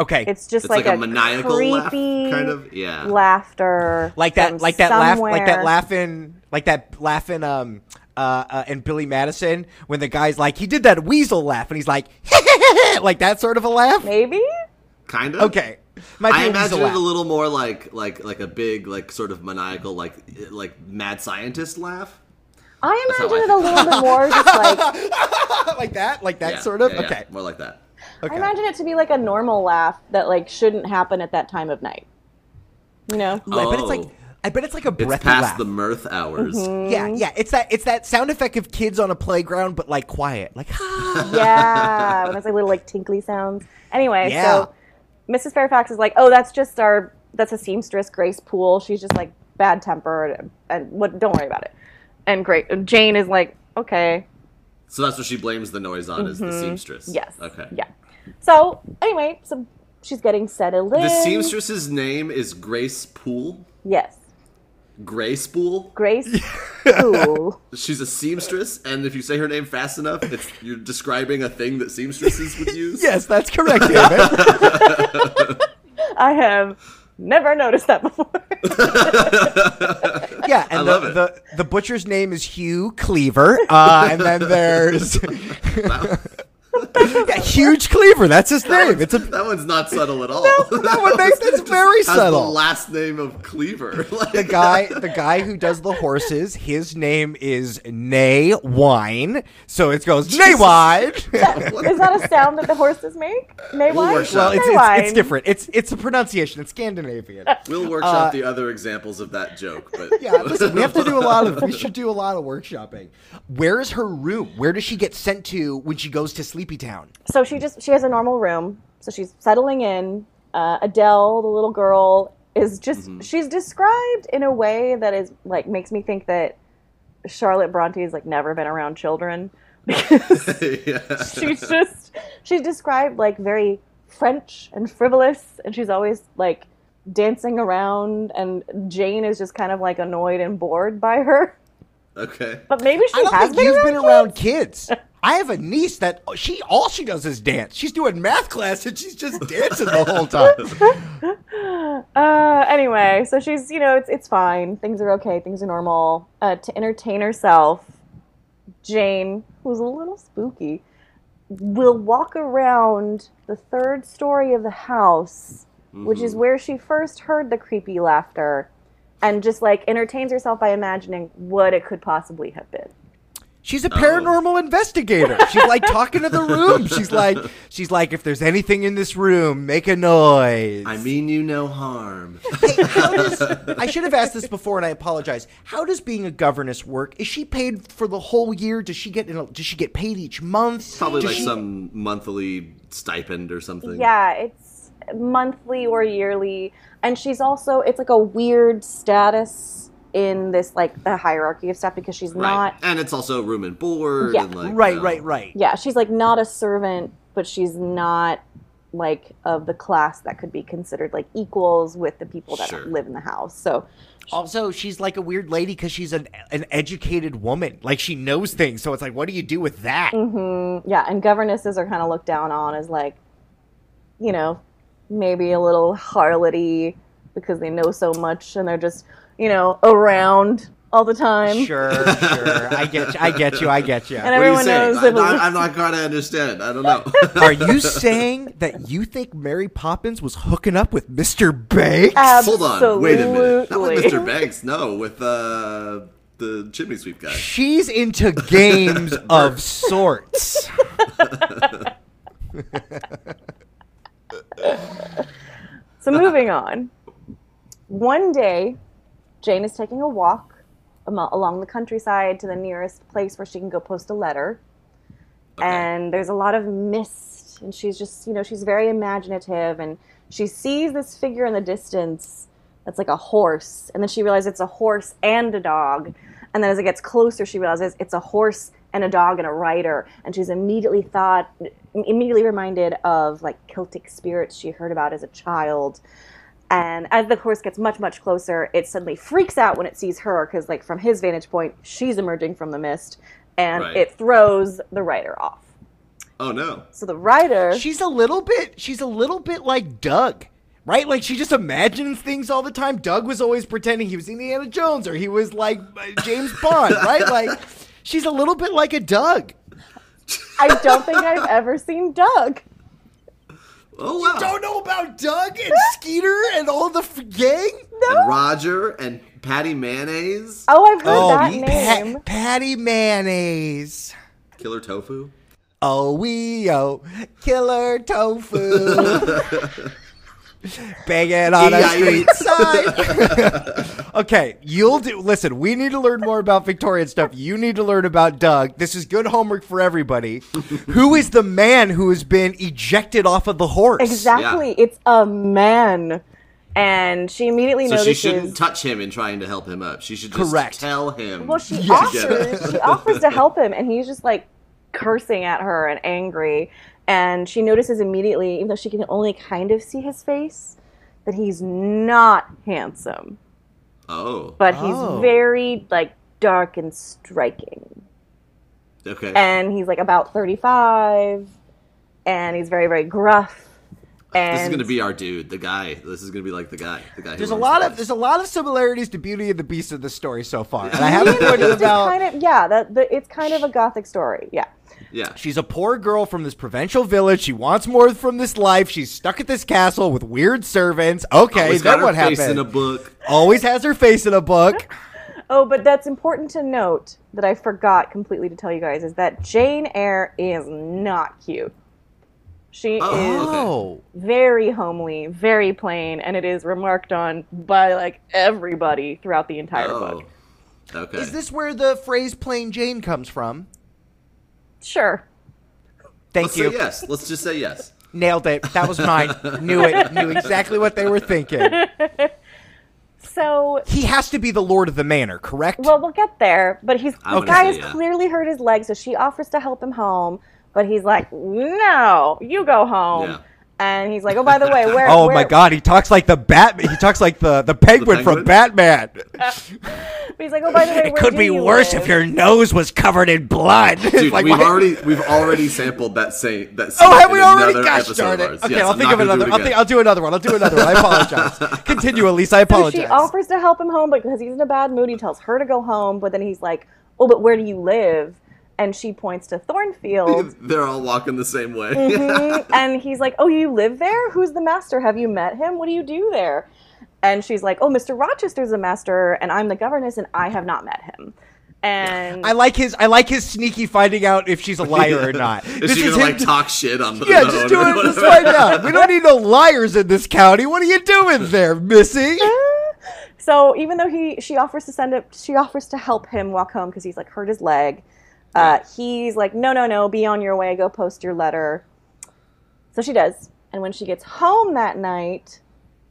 S2: okay.
S4: It's just
S3: It's
S4: like,
S3: like a maniacal laugh,
S4: creepy
S3: kind of? Yeah.
S4: laughter
S2: like that
S4: from
S2: like that laugh like that
S4: somewhere.
S2: laugh in like that laugh in um uh, uh and Billy Madison when the guy's like he did that weasel laugh and he's like like that sort of a laugh.
S4: Maybe
S3: Kind of.
S2: Okay, might
S3: I
S2: be a
S3: imagine
S2: weasel
S3: it a
S2: laugh.
S3: little more like like like a big like sort of maniacal like like mad scientist laugh.
S4: I
S3: That's how
S4: imagine
S3: I
S4: it a little bit more just like
S2: like that like that
S3: Yeah,
S2: sort of
S3: yeah, yeah,
S2: okay.
S3: more like that.
S2: okay.
S4: I imagine it to be like a normal laugh that like shouldn't happen at that time of night. You know?
S2: Ooh, I bet it's like
S3: Oh.
S2: I bet it's like a
S3: It's
S2: breathy
S3: past
S2: laugh.
S3: the mirth hours.
S4: Mm-hmm.
S2: yeah, yeah. It's that it's that sound effect of kids on a playground, but like quiet, like
S4: Yeah. when it's like little like tinkly sounds. Anyway,
S2: Yeah.
S4: so Mrs. Fairfax is like, Oh, that's just our that's a seamstress, Grace Poole. She's just like bad tempered and, and what don't worry about it. And great and Jane is like, Okay.
S3: So that's what she blames the noise on is the
S2: Mm-hmm.
S3: seamstress.
S4: Yes.
S3: Okay.
S4: Yeah. So anyway, so she's getting settled in.
S3: The seamstress's name is Grace Poole.
S4: Yes.
S3: Grace Poole.
S4: Grace Poole.
S3: She's a seamstress, and if you say her name fast enough, it's, you're describing a thing that seamstresses would use.
S2: yes, that's correct, David.
S4: I have never noticed that before.
S2: Yeah, and
S3: I
S2: the,
S3: love it.
S2: the the butcher's name is Hugh Cleaver, uh, and then there's yeah, huge Cleaver. That's his name. It's a
S3: That one's not subtle at all.
S2: that one makes that's very
S3: Has the
S2: subtle.
S3: last name of Cleaver. Like,
S2: The guy, the guy who does the horses, his name is Nay Wine, so it goes Nay Wine.
S4: Is that a sound that the horses make? Naywide?
S3: We'll
S2: well,
S3: workshop.
S2: it's,
S4: Naywide.
S2: it's it's different. It's it's a pronunciation. It's Scandinavian.
S3: We'll workshop the other examples of that joke, but
S2: uh, Yeah, listen, we have to do a lot of. We should do a lot of workshopping. Where is her room? Where does she get sent to when she goes to Sleepy Town?
S4: So she just she has a normal room. So she's settling in. Uh, Adele, the little girl, is just
S2: Mm-hmm.
S4: she's described in a way that is like makes me think that Charlotte Bronte has like never been around children because
S3: yeah.
S4: she's just she's described like very french and frivolous and she's always like dancing around and jane is just kind of like annoyed and bored by her
S3: Okay.
S4: but maybe she
S2: I don't
S4: has
S2: think
S4: been
S2: you've
S4: around
S2: been around kids. I have a niece that oh, she all she does is dance. She's doing math class and she's just dancing the whole time.
S4: uh anyway so she's you know it's it's fine things are okay things are normal uh to entertain herself jane who's a little spooky will walk around the third story of the house which is where she first heard the creepy laughter and just like entertains herself by imagining what it could possibly have been
S2: She's a paranormal investigator. She's like talking to the room. She's like she's like if there's anything in this room, make a noise.
S3: I mean you no harm.
S2: Hey, how does, I should have asked this before, and I apologize. How does being a governess work? Is she paid for the whole year? Does she get in a, does she get paid each month?
S3: Probably
S2: Does
S3: like
S2: she-
S3: some monthly stipend or something.
S4: Yeah, it's monthly or yearly, and she's also it's like a weird status in this like the hierarchy of stuff because she's
S3: Right.
S4: not.
S3: and it's also room and board
S4: Yeah.
S3: and like
S2: right,
S3: you know,
S2: right, right.
S4: Yeah, she's like not a servant, but she's not like of the class that could be considered like equals with the people that
S3: Sure.
S4: live in the house. So
S2: Also, she's like a weird lady because she's an an educated woman. Like she knows things, so it's like, what do you do with that?
S4: mm-hmm, yeah, and governesses are kind of looked down on as like, you know, maybe a little harloty because they know so much and they're just you know around all the time.
S2: Sure, sure. I get you. I get you. I get you.
S4: Mm-hmm.
S3: What are you
S4: And everyone
S3: saying?
S4: knows
S3: I,
S4: it was-
S3: I, I'm not gonna understand. I don't know.
S2: Are you saying that you think Mary Poppins was hooking up with Mr. Banks?
S4: Uh,
S3: Hold on, wait a minute. Not with
S4: Absolutely.
S3: Mr. Banks. No, with uh, the chimney sweep guy.
S2: She's into games of sorts.
S4: So moving on. One day, Jane is taking a walk amo- along the countryside to the nearest place where she can go post a letter. And there's a lot of mist, and she's just, you know, she's very imaginative, and she sees this figure in the distance that's like a horse, and then she realizes it's a horse and a dog. And then as it gets closer, she realizes it's a horse and a dog and a rider, and she's immediately thought, immediately reminded of like Celtic spirits she heard about as a child. And as the horse gets much, much closer, it suddenly freaks out when it sees her because, like, from his vantage point, she's emerging from the mist, and
S3: Right.
S4: it throws the rider off.
S3: Oh no.
S4: So the rider,
S2: She's a little bit. She's a little bit like Doug, right? Like she just imagines things all the time. Doug was always pretending he was Indiana Jones or he was like uh, James Bond, right? Like she's a little bit like a Doug.
S4: I don't think I've ever seen Doug.
S3: Oh wow.
S2: Don't know about Doug and Skeeter and all the f- gang.
S3: And Roger and Patty Mayonnaise.
S4: Oh, I've heard that
S2: Pat-
S4: name.
S2: Patty Mayonnaise.
S3: Killer Tofu.
S2: Oh, we oh, killer tofu. Bang it on a
S3: Yeah, yeah.
S2: street sign. okay, you'll do. Listen, we need to learn more about Victorian stuff. You need to learn about Doug. This is good homework for everybody. who is the man who has been ejected off of the horse?
S4: Exactly,
S3: Yeah.
S4: it's a man, and she immediately
S3: So she
S4: notices.
S3: shouldn't touch him in trying to help him up. She should just
S2: Correct.
S3: tell him.
S4: Well, she
S2: Yes.
S4: offers. she offers to help him, and he's just like cursing at her and angry. And she notices immediately, even though she can only kind of see his face, that he's not handsome,
S3: oh.
S4: but
S2: Oh.
S4: he's very like dark and striking.
S3: Okay.
S4: And he's like about thirty-five, and he's very, very gruff. And
S3: this is gonna be our dude, the guy. This is gonna be like the guy. The guy. who
S2: There's a
S3: owns
S2: lot of
S3: the place.
S2: there's a lot of similarities to Beauty and the Beast of the story so far, and I haven't pointed
S4: it's
S2: about.
S4: kind of yeah. That, that it's kind of a gothic story. Yeah.
S3: Yeah.
S2: She's a poor girl from this provincial village. She wants more from this life. She's stuck at this castle with weird servants. Okay,
S3: Always
S2: then
S3: got her
S2: what
S3: face
S2: happened?
S3: in a book.
S2: Always has her face in a book.
S4: Oh, but that's important to note that I forgot completely to tell you guys is that Jane Eyre is not cute. She
S3: Oh.
S4: is
S2: Oh,
S4: very homely, very plain, and it is remarked on by like everybody throughout the entire
S3: Oh.
S4: book.
S3: Okay.
S2: is this where the phrase "plain Jane" comes from?
S4: Sure.
S2: Thank
S3: Let's
S2: you.
S3: say yes. Let's just say yes.
S2: Nailed it. That was mine. Knew it. Knew exactly what they were thinking.
S4: So
S2: He has to be the lord of the manor, correct?
S4: well we'll get there, but he's
S3: I
S4: the
S3: wanna
S4: guy
S3: see,
S4: has
S3: yeah.
S4: clearly hurt his leg, so she offers to help him home, but he's like, No, you go home.
S3: Yeah.
S4: And he's like, Oh by the way, where
S2: oh my
S4: where-
S2: God, he talks like the Batman. He talks like the the penguin, from
S3: penguin?
S2: Batman.
S4: he's like, Oh by the way,
S2: it
S4: where
S2: could
S4: do
S2: be
S4: you
S2: worse
S4: live?
S2: if your nose was covered in blood. It's
S3: Dude,
S2: like,
S3: we've
S2: why-
S3: already we've already sampled that same that.
S2: Oh,
S3: scene
S2: have
S3: in
S2: we already?
S3: another
S2: Gosh
S3: episode of
S2: darn it!
S3: ours.
S2: Okay,
S3: Yes,
S2: I'll
S3: I'm
S2: think
S3: not
S2: of
S3: gonna do
S2: another.
S3: it
S2: I'll,
S3: again.
S2: think, I'll do another one. I'll do another one. I apologize. Continue, Elise. I
S4: So she
S2: apologize.
S4: offers to help him home, but because he's in a bad mood, he tells her to go home. But then he's like, "Oh, but where do you live?" And she points to Thornfield,
S3: They're all walking the same way.
S4: Mhm. and he's like, "Oh, you live there? Who's the master? Have you met him? What do you do there?" And she's like, "Oh, Mr. Rochester's the master, and I'm the governess, and I have not met him." And
S2: I like his. I like his sneaky finding out if she's a liar or not.
S3: is
S2: This
S3: she gonna
S2: him-
S3: like talk shit on the
S2: Yeah,
S3: the
S2: just do
S3: owner
S2: it.
S3: or
S2: Just
S3: whatever?
S2: find out. We don't need no liars in this county. What are you doing there, Missy?
S4: so even though he she offers to send it, she offers to help him walk home because he's like hurt his leg. Uh, he's like, no, no, no, be on your way. Go post your letter. So she does, and when she gets home that night,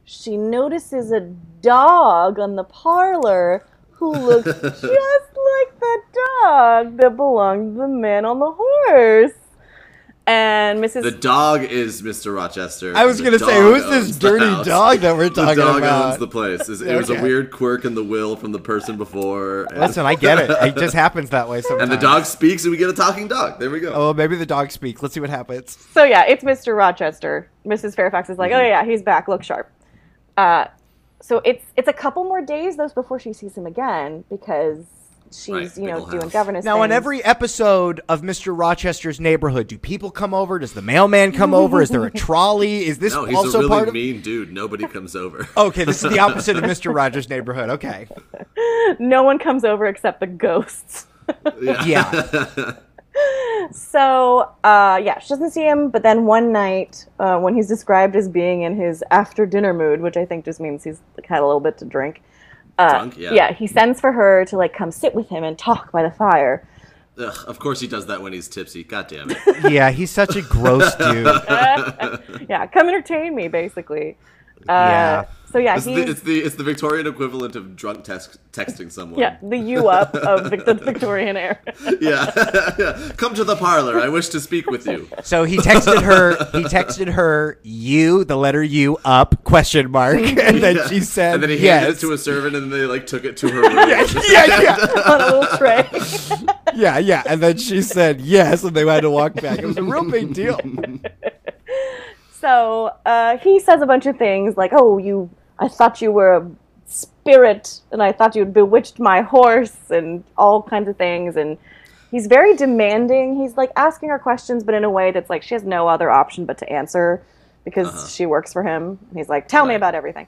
S4: she notices a dog on the parlor who looks just like the dog that belonged to the man on the horse. And Mrs.
S3: The dog is Mr. Rochester.
S2: I was
S3: and the
S2: gonna say,
S3: dog
S2: who's
S3: owns
S2: this
S3: the
S2: dirty
S3: house.
S2: dog that we're
S3: The
S2: talking
S3: dog
S2: about?
S3: owns the place. It, it was
S2: Okay.
S3: a weird quirk in the will from the person before. And,
S2: Listen, I get it. It just happens that way sometimes.
S3: and the dog speaks, and we get a talking dog. There we go.
S2: Oh, maybe the dog speaks. Let's see what happens.
S4: So
S3: Mm-hmm.
S4: yeah, it's Mr. Rochester. Mrs. Fairfax is like, oh yeah, he's back. Look sharp. Uh, so it's it's a couple more days those before she sees him again because she's
S3: Right,
S4: you know
S3: Mickle
S4: doing
S3: House.
S4: governess.
S2: Now, on
S4: things.
S2: every episode of Mr. Rochester's Neighborhood, do people come over? Does the mailman come over? Is there a trolley? Is this
S3: No, he's
S2: also
S3: a
S2: part
S3: really
S2: of?
S3: mean dude. Nobody comes over.
S2: Okay, this is the opposite of Mr. Rogers' Neighborhood. Okay,
S4: no one comes over except the ghosts.
S2: yeah.
S4: So uh, yeah, she doesn't see him. But then one night, uh, when he's described as being in his after dinner mood, which I think just means he's like, had a little bit to drink. Uh,
S3: Drunk, yeah.
S4: he sends for her to like come sit with him and talk by the fire.
S3: Ugh, of course he does that when he's tipsy. God damn it.
S2: Yeah, he's such a gross dude.
S4: Yeah, come entertain me, basically. Uh,
S2: Yeah.
S4: So yeah,
S3: It's the,
S4: he's
S3: it's the it's the Victorian equivalent of drunk text, texting someone.
S4: yeah the you up of Vic- the Victorian era.
S3: Yeah. Come to the parlor. I wish to speak with you.
S2: So he texted her. He texted her you the letter U up question mark, and then
S3: Yeah.
S2: she said
S3: and then he handed
S2: yes.
S3: it to a servant, and they like took it to her room.
S2: yeah, yeah,
S4: on a little tray.
S2: yeah, yeah, and then she said yes, and they had to walk back. It was a real big deal.
S4: so uh, he says a bunch of things like, "Oh, you, I thought you were a spirit, and I thought you had bewitched my horse, and all kinds of things." And he's very demanding. He's like asking her questions, but in a way that's like she has no other option but to answer because she works for him. And he's like, "Tell me
S3: Uh-huh. Right.
S4: about everything."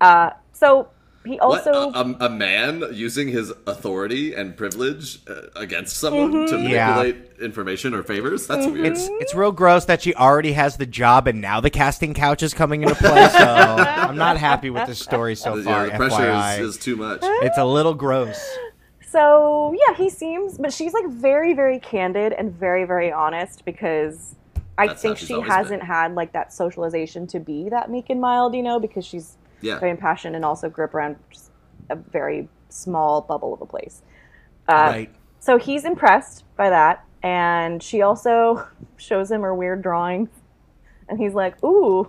S4: Uh, so he
S3: What? uh,
S4: also.
S3: A, a, a man using his authority and privilege uh, against someone to
S4: Mm-hmm.
S2: Yeah.
S3: manipulate information or favors? That's weird.
S2: It's it's real gross that she already has the job and now the casting couch is coming into play. So I'm not happy with this story so
S3: yeah,
S2: far.
S3: the pressure
S2: FYI,
S3: is, is too much.
S2: it's a little gross.
S4: So yeah, he seems, but she's like very, very candid and very, very honest because I
S3: That's how
S4: think
S3: she's
S4: she
S3: always
S4: hasn't
S3: been.
S4: had like that socialization to be that meek and mild, you know, because she's
S3: Yeah.
S4: very impassioned and also grew up around just a very small bubble of a place. Uh,
S2: Right.
S4: So he's impressed by that, and she also shows him her weird drawing, and he's like, "Ooh,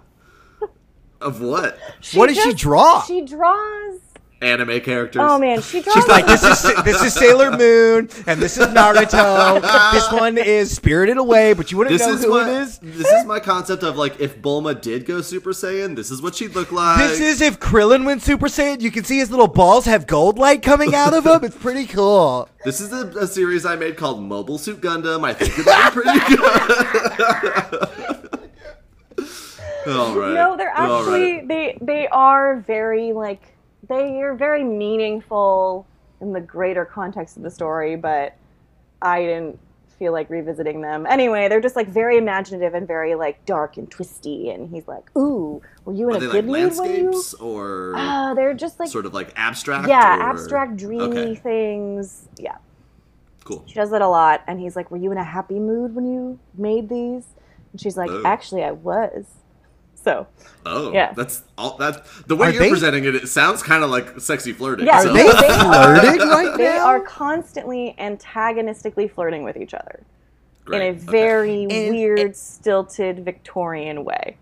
S3: Of what?
S2: What did she
S4: just-
S2: draw?
S4: she draws."
S3: Anime characters.
S4: Oh man, she draws.
S2: She's like, this is this is Sailor Moon, and this is Naruto. this one is Spirited Away, but you wouldn't
S3: This
S2: know
S3: is
S2: who
S3: what
S2: it is.
S3: this is my concept of like if Bulma did go Super Saiyan, this is what she'd look like.
S2: This is if Krillin went Super Saiyan. You can see his little balls have gold light coming out of them. It's pretty cool.
S3: This is a, a series I made called Mobile Suit Gundam. I think it'd be pretty good. All right.
S4: No, they're
S3: All
S4: actually
S3: right.
S4: they they are very like they are very meaningful in the greater context of the story, but I didn't feel like revisiting them. Anyway, they're just like very imaginative and very like dark and twisty and he's like, "Ooh, were you in
S3: Are
S4: a
S3: they like
S4: good mood when you?"
S3: landscapes or
S4: Uh, they're just like
S3: sort of like abstract?
S4: yeah,
S3: or-
S4: abstract dreamy
S3: Okay,
S4: things. Yeah.
S3: cool.
S4: She does it a lot and he's like, "Were you in a happy mood when you made these?" And she's like,
S3: Oh.
S4: "Actually, I was." So,
S3: Oh,
S4: Yeah.
S3: That's all. That the way
S2: Are
S3: you're
S2: they-
S3: presenting it, it sounds kind of like sexy flirting.
S4: Yeah,
S2: Are
S3: so-
S2: they
S4: They are-
S2: flirting right
S4: They
S2: now?
S4: are constantly antagonistically flirting with each other
S3: Great,
S4: in a
S3: okay.
S4: very
S2: And-
S4: weird, stilted Victorian way.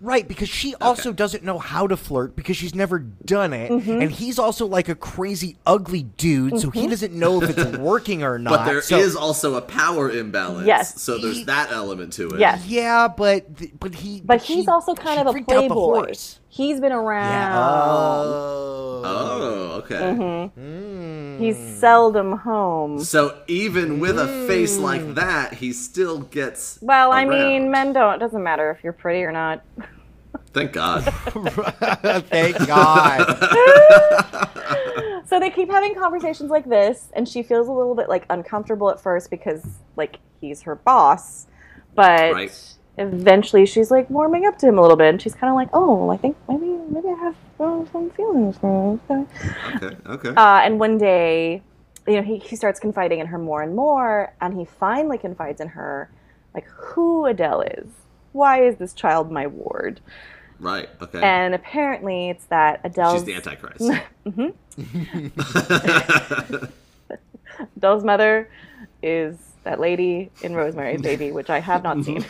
S2: Right, because she also doesn't know how to flirt because she's never done it,
S4: Mm-hmm.
S2: and he's also like a crazy ugly dude, so he doesn't know if it's working or not.
S3: But there is
S2: so-
S3: also a power imbalance.
S4: Yes.
S3: So there's that element to it.
S4: Yes.
S2: yeah, but th- but he
S4: But he's
S2: she-
S4: also kind
S2: she
S4: of a
S2: freaked out the
S4: playboy.
S2: horse.
S4: He's been around.
S2: Yeah. Oh.
S3: Oh, okay.
S4: Mm-hmm. He's
S3: Oh.
S4: seldom home.
S3: So even with a face like that, he still gets.
S4: Mm. Well, I
S3: around.
S4: mean, men don't. It doesn't matter if you're pretty or not.
S3: Thank God.
S2: Thank God.
S4: So they keep having conversations like this, and she feels a little bit like uncomfortable at first because like he's her boss, but
S3: Right.
S4: eventually she's like warming up to him a little bit, and she's kind of like, oh, I think maybe maybe I have uh, some feelings for him. Okay.
S3: okay. Okay.
S4: Uh, and one day, you know, he, he starts confiding in her more and more, and he finally confides in her, like who Adele is. Why is this child my ward?
S3: right. Okay.
S4: And um, apparently, it's that Adele's
S3: She's the Antichrist.
S4: Doll's mother is that lady in Rosemary's Baby, which I have not seen.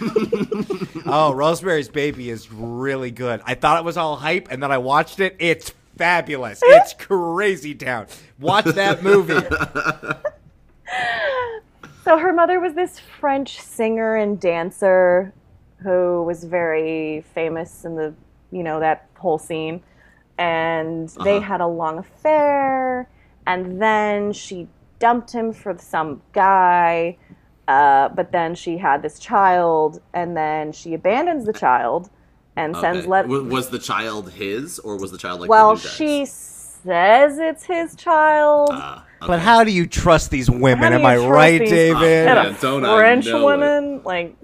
S2: oh, Rosemary's Baby is really good. I thought it was all hype, and then I watched it. It's fabulous. It's crazy town. Watch that movie.
S4: so her mother was this French singer and dancer who was very famous in the, you know, that whole scene. and they had a long affair, and then she dumped him for some guy. Uh, but then she had this child, and then she abandons the child and sends
S3: Okay.
S4: let
S3: W- was the child his or was the child like
S4: well,
S3: the new guy's?
S4: she says it's his child.
S3: Ah,
S2: But
S3: okay.
S2: how do you trust these women?
S4: do
S2: Am
S4: you
S2: I
S4: trust
S2: right,
S4: these-
S2: David?
S4: and
S3: Yeah,
S4: a
S3: don't I
S4: French
S3: know it.
S4: woman, like,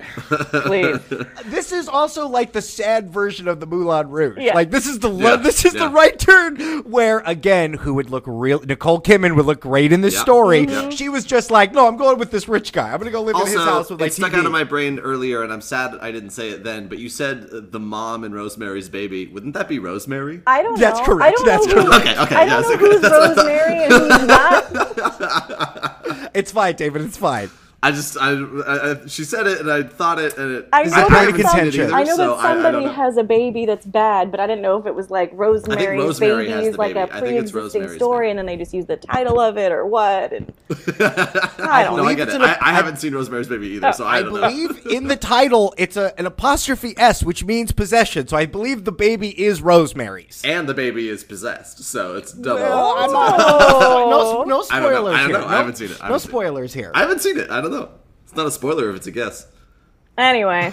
S4: please.
S2: This is also like the sad version of the Moulin Rouge.
S4: Yeah.
S2: Like this is the
S3: Yeah,
S2: this is
S3: yeah.
S2: the right turn where again, who would look real? Nicole Kidman would look great in this
S3: Yeah,
S2: story.
S3: yeah.
S4: Mm-hmm.
S2: She was just like, no, I'm going with this rich guy. I'm gonna go live in his house
S3: Also,
S2: with my
S3: it stuck
S2: TV.
S3: out of my brain earlier, and I'm sad I didn't say it then. But you said uh, the mom and Rosemary's Baby. Wouldn't that be Rosemary?
S4: I don't
S2: That's
S4: know. I
S2: correct,
S4: don't
S2: that's
S4: know who,
S3: correct. Okay, okay,
S4: I
S3: yeah,
S4: don't know
S3: so-
S4: who's Rosemary and who's not.
S2: It's fine, David. It's fine.
S3: I just, I, I, I- she said it, and I thought it, and it.
S4: I know,
S2: is a point
S4: that,
S2: of
S4: some-
S2: contention.
S4: I
S3: so
S4: know that
S3: I- I don't
S4: somebody
S3: know.
S4: has a baby that's bad, but I didn't know if it was
S3: I
S4: like
S3: think
S4: Rosemary's
S3: Rosemary has
S4: baby is
S3: the
S4: like
S3: baby.
S4: a
S3: I think it's
S4: pre-existing
S3: Rosemary's
S4: story,
S3: baby.
S4: and then they just use the title of it or what. And I
S3: No, I
S4: don't know.
S2: believe
S3: get
S2: it's
S3: it.
S2: in a-
S3: I I haven't seen Rosemary's Baby either, so I
S2: I
S3: don't know.
S2: believe in the title it's a, an apostrophe S, which means possession. So I believe the baby is Rosemary's.
S3: And the baby is possessed, so it's double.
S2: Well, I'm
S3: it's
S2: not-
S4: Oh.
S2: no, no spoilers
S3: I don't know. I don't
S2: here.
S3: know. I
S2: No-
S3: haven't seen it. I
S2: no
S3: haven't seen it.
S2: spoilers here.
S3: I haven't seen it. I don't know. It's not a spoiler if it's a guess.
S4: Anyway,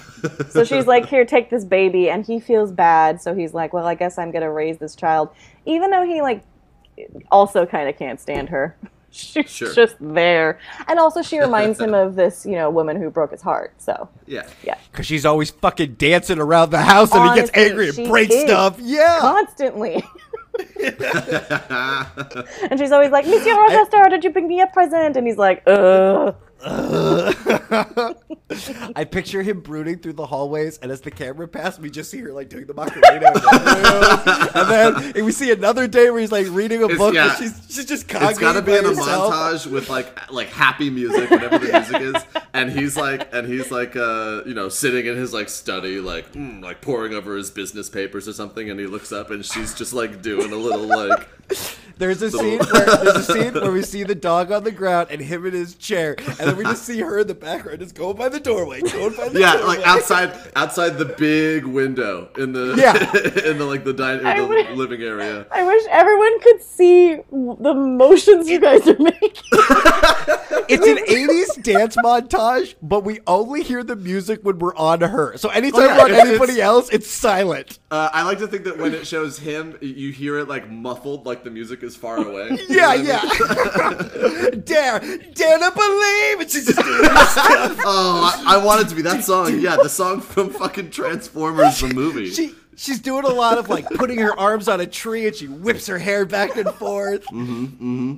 S4: so she's like, "Here, take this baby," and he feels bad, so he's like, "Well, I guess I'm gonna raise this child," even though he like also kind of can't stand her. She's
S3: Sure.
S4: just there, and also she reminds him of this, you know, woman who broke his heart. So
S3: Yeah.
S4: yeah,
S2: Because she's always fucking dancing around the house and he gets
S4: Honestly,
S2: angry and
S4: she
S2: breaks
S4: is
S2: stuff. Yeah.
S4: constantly. and she's always like, "Monsieur Rochester, did you bring me a present?" And he's like, "Ugh."
S2: I picture him brooding through the hallways, and as the camera passed, we just see her like doing the Macarena, and, then and we see another day where he's like reading a book,
S3: yeah.
S2: and she's she's just cocky.
S3: It's got to be
S2: by
S3: in a
S2: herself.
S3: montage with like like happy music, whatever the music is, and he's like and he's like uh you know sitting in his like study, like mm, like poring over his business papers or something, and he looks up and she's just like doing a little like
S2: There's a scene where there's a scene where we see the dog on the ground and him in his chair, and then we just see her in the background just going by the doorway, going by the
S3: yeah
S2: doorway.
S3: like outside outside the big window in the
S2: Yeah.
S3: in the like the dining
S4: I
S3: the
S4: would-
S3: living area.
S4: I wish everyone could see w- the motions you guys are making.
S2: It's an 80s dance montage, but we only hear the music when we're on her. So anytime
S3: Oh, yeah,
S2: we're on
S3: it's-
S2: anybody else, it's silent.
S3: Uh, I like to think that when it shows him, you hear it like muffled, like the music is far away.
S2: Yeah, yeah. dare, dare to believe. And she's just doing this stuff.
S3: Oh, I, I want it to be that song. Yeah, the song from fucking Transformers the movie.
S2: She, she's doing a lot of like putting her arms on a tree and she whips her hair back and forth. Mm-hmm, mm-hmm.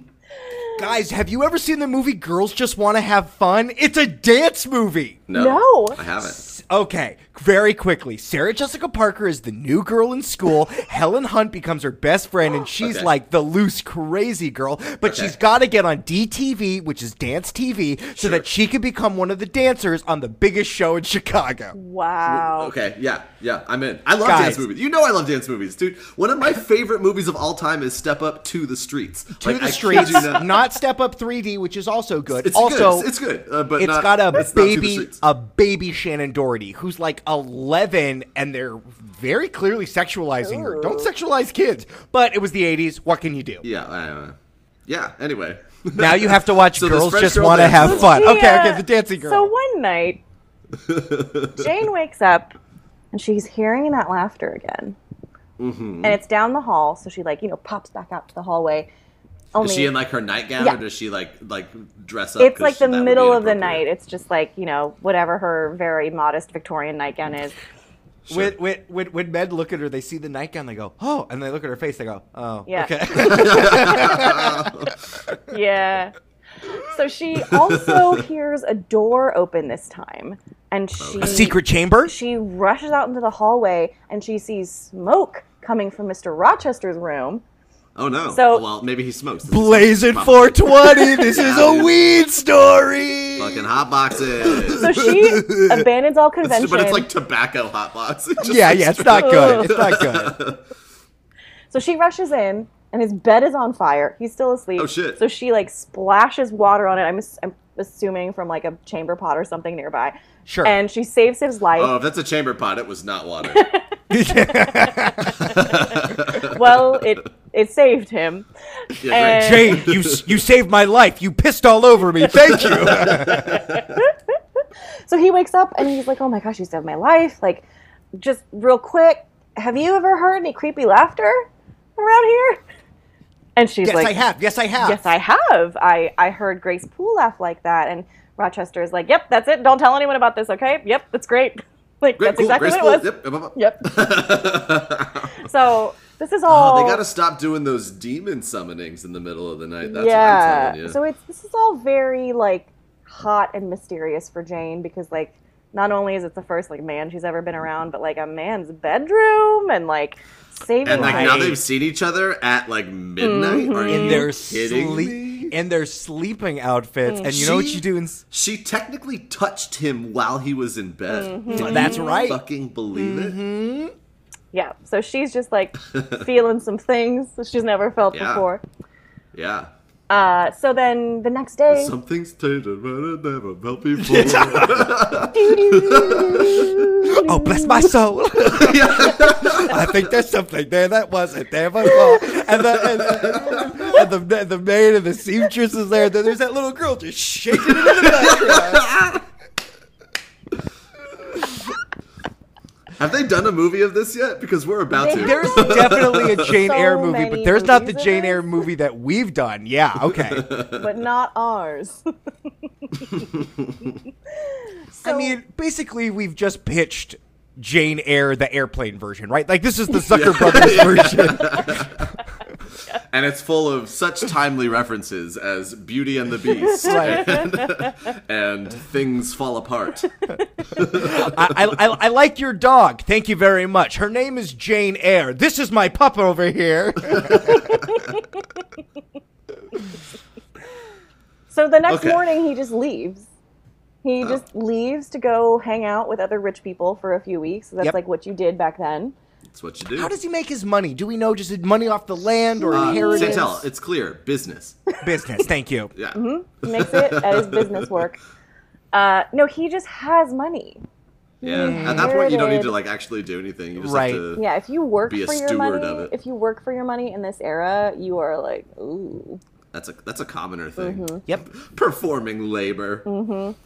S2: Guys, have you ever seen the movie Girls Just Want to Have Fun? It's a dance movie.
S3: no,
S4: No.
S3: I haven't.
S2: Okay, very quickly. Sarah Jessica Parker is the new girl in school. Helen Hunt becomes her best friend, and she's
S3: Okay.
S2: like the loose, crazy girl. But
S3: Okay.
S2: she's got to get on DTV, which is dance TV, so that she can become one of the dancers on the biggest show in Chicago.
S4: Wow.
S3: Okay, yeah, yeah, I'm in. I love
S2: Guys.
S3: dance movies. You know I love dance movies, dude. One of my favorite movies of all time is Step Up to the Streets.
S2: To the streets, not. Step Up 3D, which is also good.
S3: It's
S2: also,
S3: good. It's good, uh, but
S2: it's
S3: not-
S2: got a
S3: it's not To the
S2: baby,
S3: Streets.
S2: a baby Shannon Doherty, who's like eleven, and they're very clearly sexualizing her. Don't sexualize kids. But it was the '80s. What can you do?
S3: yeah, I, uh, yeah. Anyway,
S2: Now you have to watch
S3: So this
S2: girls
S3: French
S2: just
S3: girl
S2: want to
S3: dance
S2: have
S3: is-
S2: fun.
S4: She,
S2: okay,
S4: uh,
S2: okay, the dancing girl.
S4: So one night, Jane wakes up and she's hearing that laughter again,
S3: Mm-hmm.
S4: and it's down the hall. So she like you know pops back out to the hallway. Only
S3: is she in like her nightgown,
S4: Yeah.
S3: or does she like like dress up?
S4: it's
S3: 'cause
S4: like
S3: that
S4: the
S3: would be
S4: middle of the night.
S3: inappropriate?
S4: It's just like you know whatever her very modest Victorian nightgown is.
S2: when, when, when, when men look at her, they see the nightgown, they go, oh, and they look at her face, they go, oh,
S4: Yeah.
S2: okay.
S4: yeah. So she also hears a door open this time, and she
S2: a secret chamber?
S4: She rushes out into the hallway and she sees smoke coming from Mr. Rochester's room.
S3: Oh no.
S4: So-
S3: well, maybe he smokes.
S2: Blazing
S3: Probably.
S2: 420, this is
S3: Yeah,
S2: a
S3: dude.
S2: weed story.
S3: Fucking hot boxes.
S4: So she abandons all convention.
S3: But it's like tobacco hot box. It just
S2: Yeah,
S3: looks
S2: yeah, it's not good. It's not good.
S4: so she rushes in and his bed is on fire. He's still asleep.
S3: Oh, shit.
S4: So she like splashes water on it. I'm, ass- I'm assuming from like a chamber pot or something nearby.
S2: Sure.
S4: And she saves his life.
S3: Oh, if that's a chamber pot, it was not water.
S4: well, it it saved him.
S3: Yeah,
S4: And-
S3: great.
S2: Jane, you s- you saved my life. You pissed all over me. Thank you.
S4: So he wakes up and he's like, "Oh my gosh, you saved my life!" Like, just real quick, have you ever heard any creepy laughter around here? And she's
S2: yes,
S4: like,
S2: I have. Yes, I have.
S4: Yes, I have. I, I heard Grace Poole laugh like that. And Rochester is like, yep, that's it. Don't tell anyone about this, okay? Yep, that's great. Like,
S3: Great,
S4: that's
S3: cool,
S4: exactly
S3: graceful.
S4: what it was.
S3: Yep, yep, yep, yep.
S4: Yep. so this is all.
S3: Oh, they gotta stop doing those demon summonings in the middle of the night. That's what I'm
S4: yeah.
S3: telling you.
S4: So it's this is all very, like, hot and mysterious for Jane because, like, not only is it the first, like, man she's ever been around, but, like, a man's bedroom and, like, saving
S3: and like
S4: lives.
S3: now they've seen each other at like midnight.
S4: Mm-hmm.
S3: Are you
S2: in their
S3: kidding me?
S2: sleep in their sleeping outfits,
S4: Mm.
S2: and you know what
S3: She-
S2: you do in. s-
S3: She technically touched him while he was in bed. Do you
S2: Mm-hmm. That's right. Mm-hmm.
S3: Fucking believe it.
S4: Yeah. So she's just, like, feeling some things that she's never felt
S3: Yeah.
S4: before.
S3: Yeah.
S4: Uh, so then the next day.
S3: Something's tainted and never felt before.
S2: Oh, bless my soul. I think there's something there that wasn't there before. And the, and the, and the, and the, maid and the seamstress is there. Then there's that little girl just shaking it in the background.
S3: Have they done a movie of this yet? Because we're about
S4: They
S3: to.
S4: have.
S2: There's definitely a Jane
S4: So
S2: Eyre movie, but
S4: many
S2: there's not the
S4: movies in
S2: Jane
S4: this.
S2: Eyre movie that we've done. Yeah, okay.
S4: but not ours.
S2: I
S4: So-
S2: mean, basically, we've just pitched Jane Eyre, the airplane version, right? Like, this is the Zucker Brothers version.
S3: and it's full of such timely references as Beauty and the Beast
S2: Right.
S3: and, and Things Fall Apart.
S2: I, I, I, I like your dog. Thank you very much. Her name is Jane Eyre. This is my pup over here.
S4: so the next
S3: Okay. Oh.
S4: morning, he just leaves. He just leaves to go hang out with other rich people for a few weeks. So that's
S2: Yep.
S4: like what you did back then.
S3: That's what you do.
S2: How does he make his money? Do we know just money off the land or
S3: uh,
S2: inheritance?
S3: Santel, it's clear. Business.
S2: Business. Thank you.
S3: Yeah.
S4: He makes it at his business work. Uh, no, he just has money.
S3: Yeah. At that point, you don't need
S4: Inherited.
S3: to like actually do anything. You just
S2: Right.
S3: have to.
S4: Yeah, if you work
S3: Be a
S4: for your
S3: steward
S4: money,
S3: of it.
S4: if you work for your money in this era, you are like, ooh.
S3: That's a that's a commoner thing.
S2: Yep.
S3: Performing labor.
S2: Mm-hmm.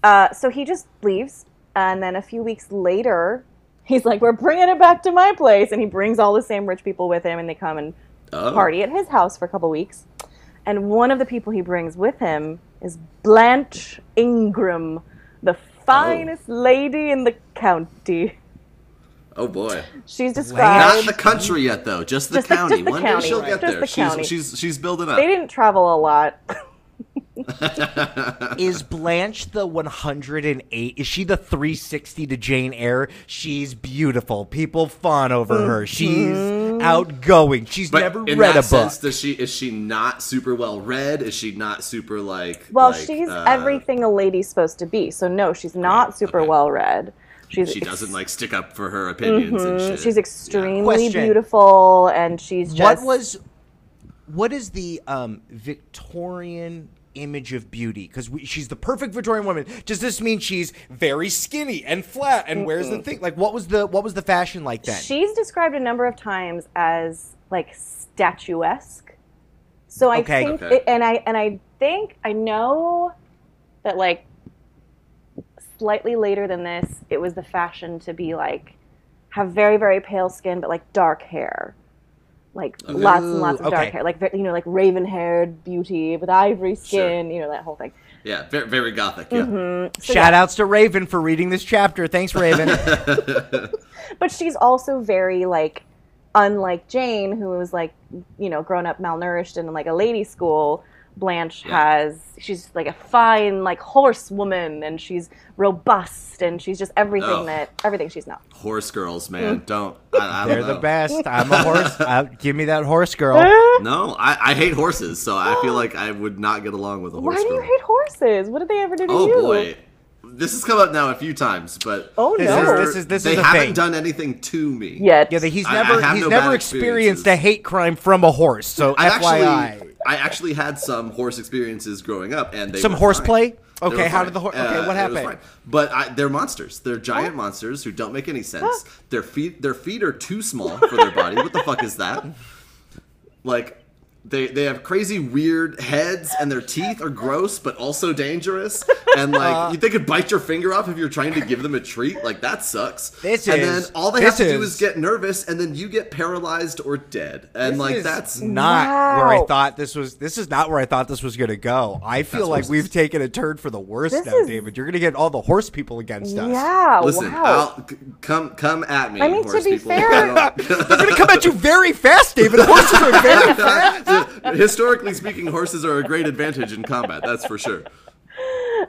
S4: Uh, so he just leaves, and then a few weeks later, he's like, "We're bringing it back to my place," and he brings all the same rich people with him, and they come and
S3: Oh.
S4: party at his house for a couple weeks. And one of the people he brings with him is Blanche Ingram, the finest lady in the county.
S3: Oh boy.
S4: She's
S3: Not
S4: described.
S3: the country yet, though. Just the
S4: Just the-
S3: county.
S4: just the
S3: One
S4: county,
S3: day she'll
S4: right.
S3: get
S4: Just
S3: there.
S4: the
S3: she's
S4: county.
S3: she's she's building
S4: they
S3: up.
S4: didn't travel a lot.
S2: Is Blanche the 108? Is she the 360 to Jane Eyre? She's beautiful. People fawn over her. She's outgoing. She's
S3: But
S2: never
S3: in
S2: read
S3: that
S2: a book.
S3: sense, does she is she not super well read? Is she not super like?
S4: Well,
S3: like,
S4: she's
S3: uh,
S4: everything a lady's supposed to be. So no, she's not super
S3: okay.
S4: well read. She's
S3: She doesn't like stick up for her opinions and shit.
S4: Mm-hmm. She's extremely
S2: Question.
S4: beautiful, and she's just
S2: what was what is the um, Victorian image of beauty? Because she's the perfect Victorian woman. Does this mean she's very skinny and flat and wears the thing? Like, what was the what was the fashion like then?
S4: She's described a number of times as like statuesque. So I
S2: Okay.
S4: think,
S3: Okay.
S4: it- and I and I think I know that like slightly later than this, it was the fashion to be like have very very pale skin, but like dark hair, like lots and lots of
S2: Ooh, okay.
S4: dark hair, like ve- you know like raven haired beauty with ivory skin, you know that whole thing.
S3: yeah, very, very gothic. Yeah.
S4: Mm-hmm.
S2: Shout outs to Raven for reading this chapter. Thanks, Raven.
S4: but she's also very like unlike jane who was like you know grown up malnourished and in like a lady school blanche has she's like a fine like horsewoman and she's robust and she's just everything
S3: Oh.
S4: that everything she's not
S3: Horse girls,
S4: Mm-hmm.
S3: man, don't. I, I don't
S2: They're the
S3: know.
S2: best. I'm a horse. Uh, give me that horse girl.
S3: No, I, I hate horses, so I feel like I would not get along with a horse
S4: why do
S3: girl.
S4: you hate horses what did they ever do to
S3: oh
S4: you
S3: boy, this has come up now a few times, but
S4: oh
S2: This
S4: no
S2: is- this is-
S3: they
S2: a
S3: haven't
S2: thing.
S3: done anything to me
S4: yet
S2: Yeah, that he's
S3: I- I
S2: never
S3: have
S2: he's
S3: no
S2: never
S3: bad
S2: experienced
S3: experiences.
S2: a hate crime from a horse. So
S3: I
S2: FYI,
S3: actually, I actually had some horse experiences growing up, and they
S2: some
S3: were
S2: horseplay.
S3: fine. They were
S2: Okay, how
S3: fine.
S2: did the hor-
S3: Uh,
S2: okay, what
S3: it was
S2: happened?
S3: fine. But I, they're monsters. They're giant monsters who don't make any sense. Their feet, their feet are too small for their body. What the fuck is that? Like, they they have crazy weird heads, and their teeth are gross but also dangerous. And
S2: Uh.
S3: like, they could bite your finger off if you're trying to give them a treat. Like that sucks.
S2: This
S3: and
S2: is-
S3: then all they
S2: this
S3: have to do
S2: is-
S3: is get nervous, and then you get paralyzed or dead. And
S2: This
S3: like
S2: is
S3: that's
S2: not where I
S4: Wow.
S2: thought this was. This is not where I thought this was going to go. I feel
S3: That's
S2: like
S3: horses.
S2: we've taken a turn for the worst
S4: This
S2: now,
S4: is-
S2: David. You're going to get all the horse people against us.
S4: Yeah.
S3: Listen,
S4: Oh, wow.
S3: I'll, c- come come at me.
S4: I mean, to
S3: horse
S4: be
S3: people.
S4: fair-
S3: I
S2: They're going to come at you very fast, David. Horses are very fast.
S3: don't- Historically speaking, horses are a great advantage in combat. That's for sure.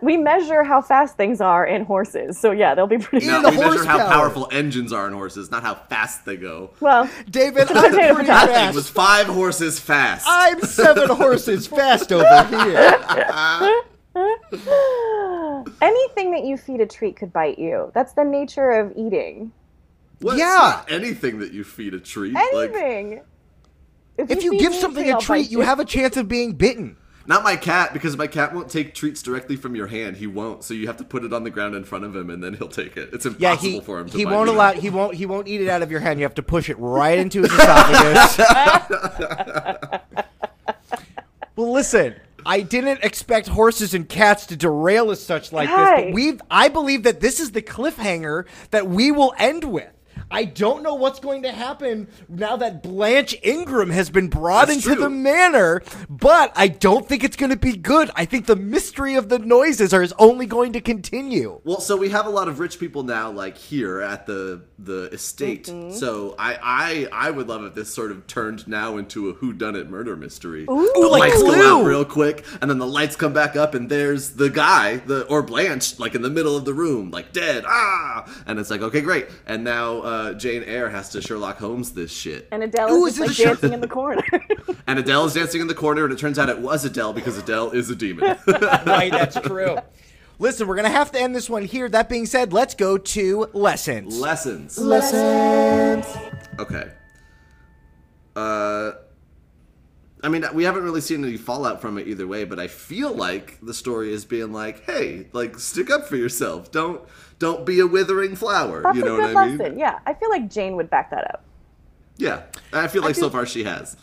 S4: we measure how fast things are in horses. So yeah, they'll be pretty.
S3: Now
S2: the
S3: we measure how
S2: horsepower.
S3: powerful engines are in horses, not how fast they go.
S4: Well,
S2: David, I'm
S4: Potato,
S2: pretty
S4: potato.
S3: That thing was
S2: fast.
S3: five horses fast.
S2: I'm seven horses fast over here.
S4: anything that you feed a treat could bite you. That's the nature of eating.
S3: What?
S2: Yeah.
S3: Not anything that you feed a treat. Like,
S4: Anything.
S2: If you
S4: feed
S2: give
S4: me
S2: something
S4: I'll
S2: a
S4: bite
S2: treat, you have a chance of being bitten.
S3: not my cat, because my cat won't take treats directly from your hand. He won't. So you have to put it on the ground in front of him, and then he'll take it. It's impossible
S2: Yeah, he,
S3: for him to
S2: he
S3: bite
S2: won't
S3: you.
S2: allow he won't he won't eat it out of your hand. You have to push it right into his esophagus. well, listen, I didn't expect horses and cats to derail us such like this,
S4: Hey.
S2: but we've I believe that this is the cliffhanger that we will end with. I don't know what's going to happen now that Blanche Ingram has been brought
S3: That's
S2: into the
S3: true.
S2: manor, but I don't think it's going to be good. I think the mystery of the noises are is only going to continue.
S3: Well, so we have a lot of rich people now, like here at the the estate. So I, I I would love if this sort of turned now into a whodunit murder mystery. Ooh, the
S2: like
S3: lights go out
S2: Clue.
S3: real quick, and then the lights come back up, and there's the guy, the or Blanche, like in the middle of the room, like dead. Ah, and it's like okay, great. And now uh, Jane Eyre has to Sherlock Holmes this shit.
S4: And Adele
S2: Ooh,
S4: is
S2: is it
S4: just,
S2: a
S4: like
S2: sh-
S4: dancing in the corner.
S3: And Adele is dancing in the corner, and it turns out it was Adele because Adele is a demon.
S2: right, that's true. Listen, we're gonna have to end this one here. That being said, let's go to lessons.
S3: Lessons.
S2: lessons.
S3: Okay. Uh, I mean, we haven't really seen any fallout from it either way, but I feel like the story is being like, "Hey, like, stick up for yourself. Don't, don't be a withering flower."
S4: That's
S3: you know
S4: a good
S3: what I mean?
S4: lesson. Yeah, I feel like Jane would back that up.
S3: Yeah. I feel like so
S2: think-
S3: far she has.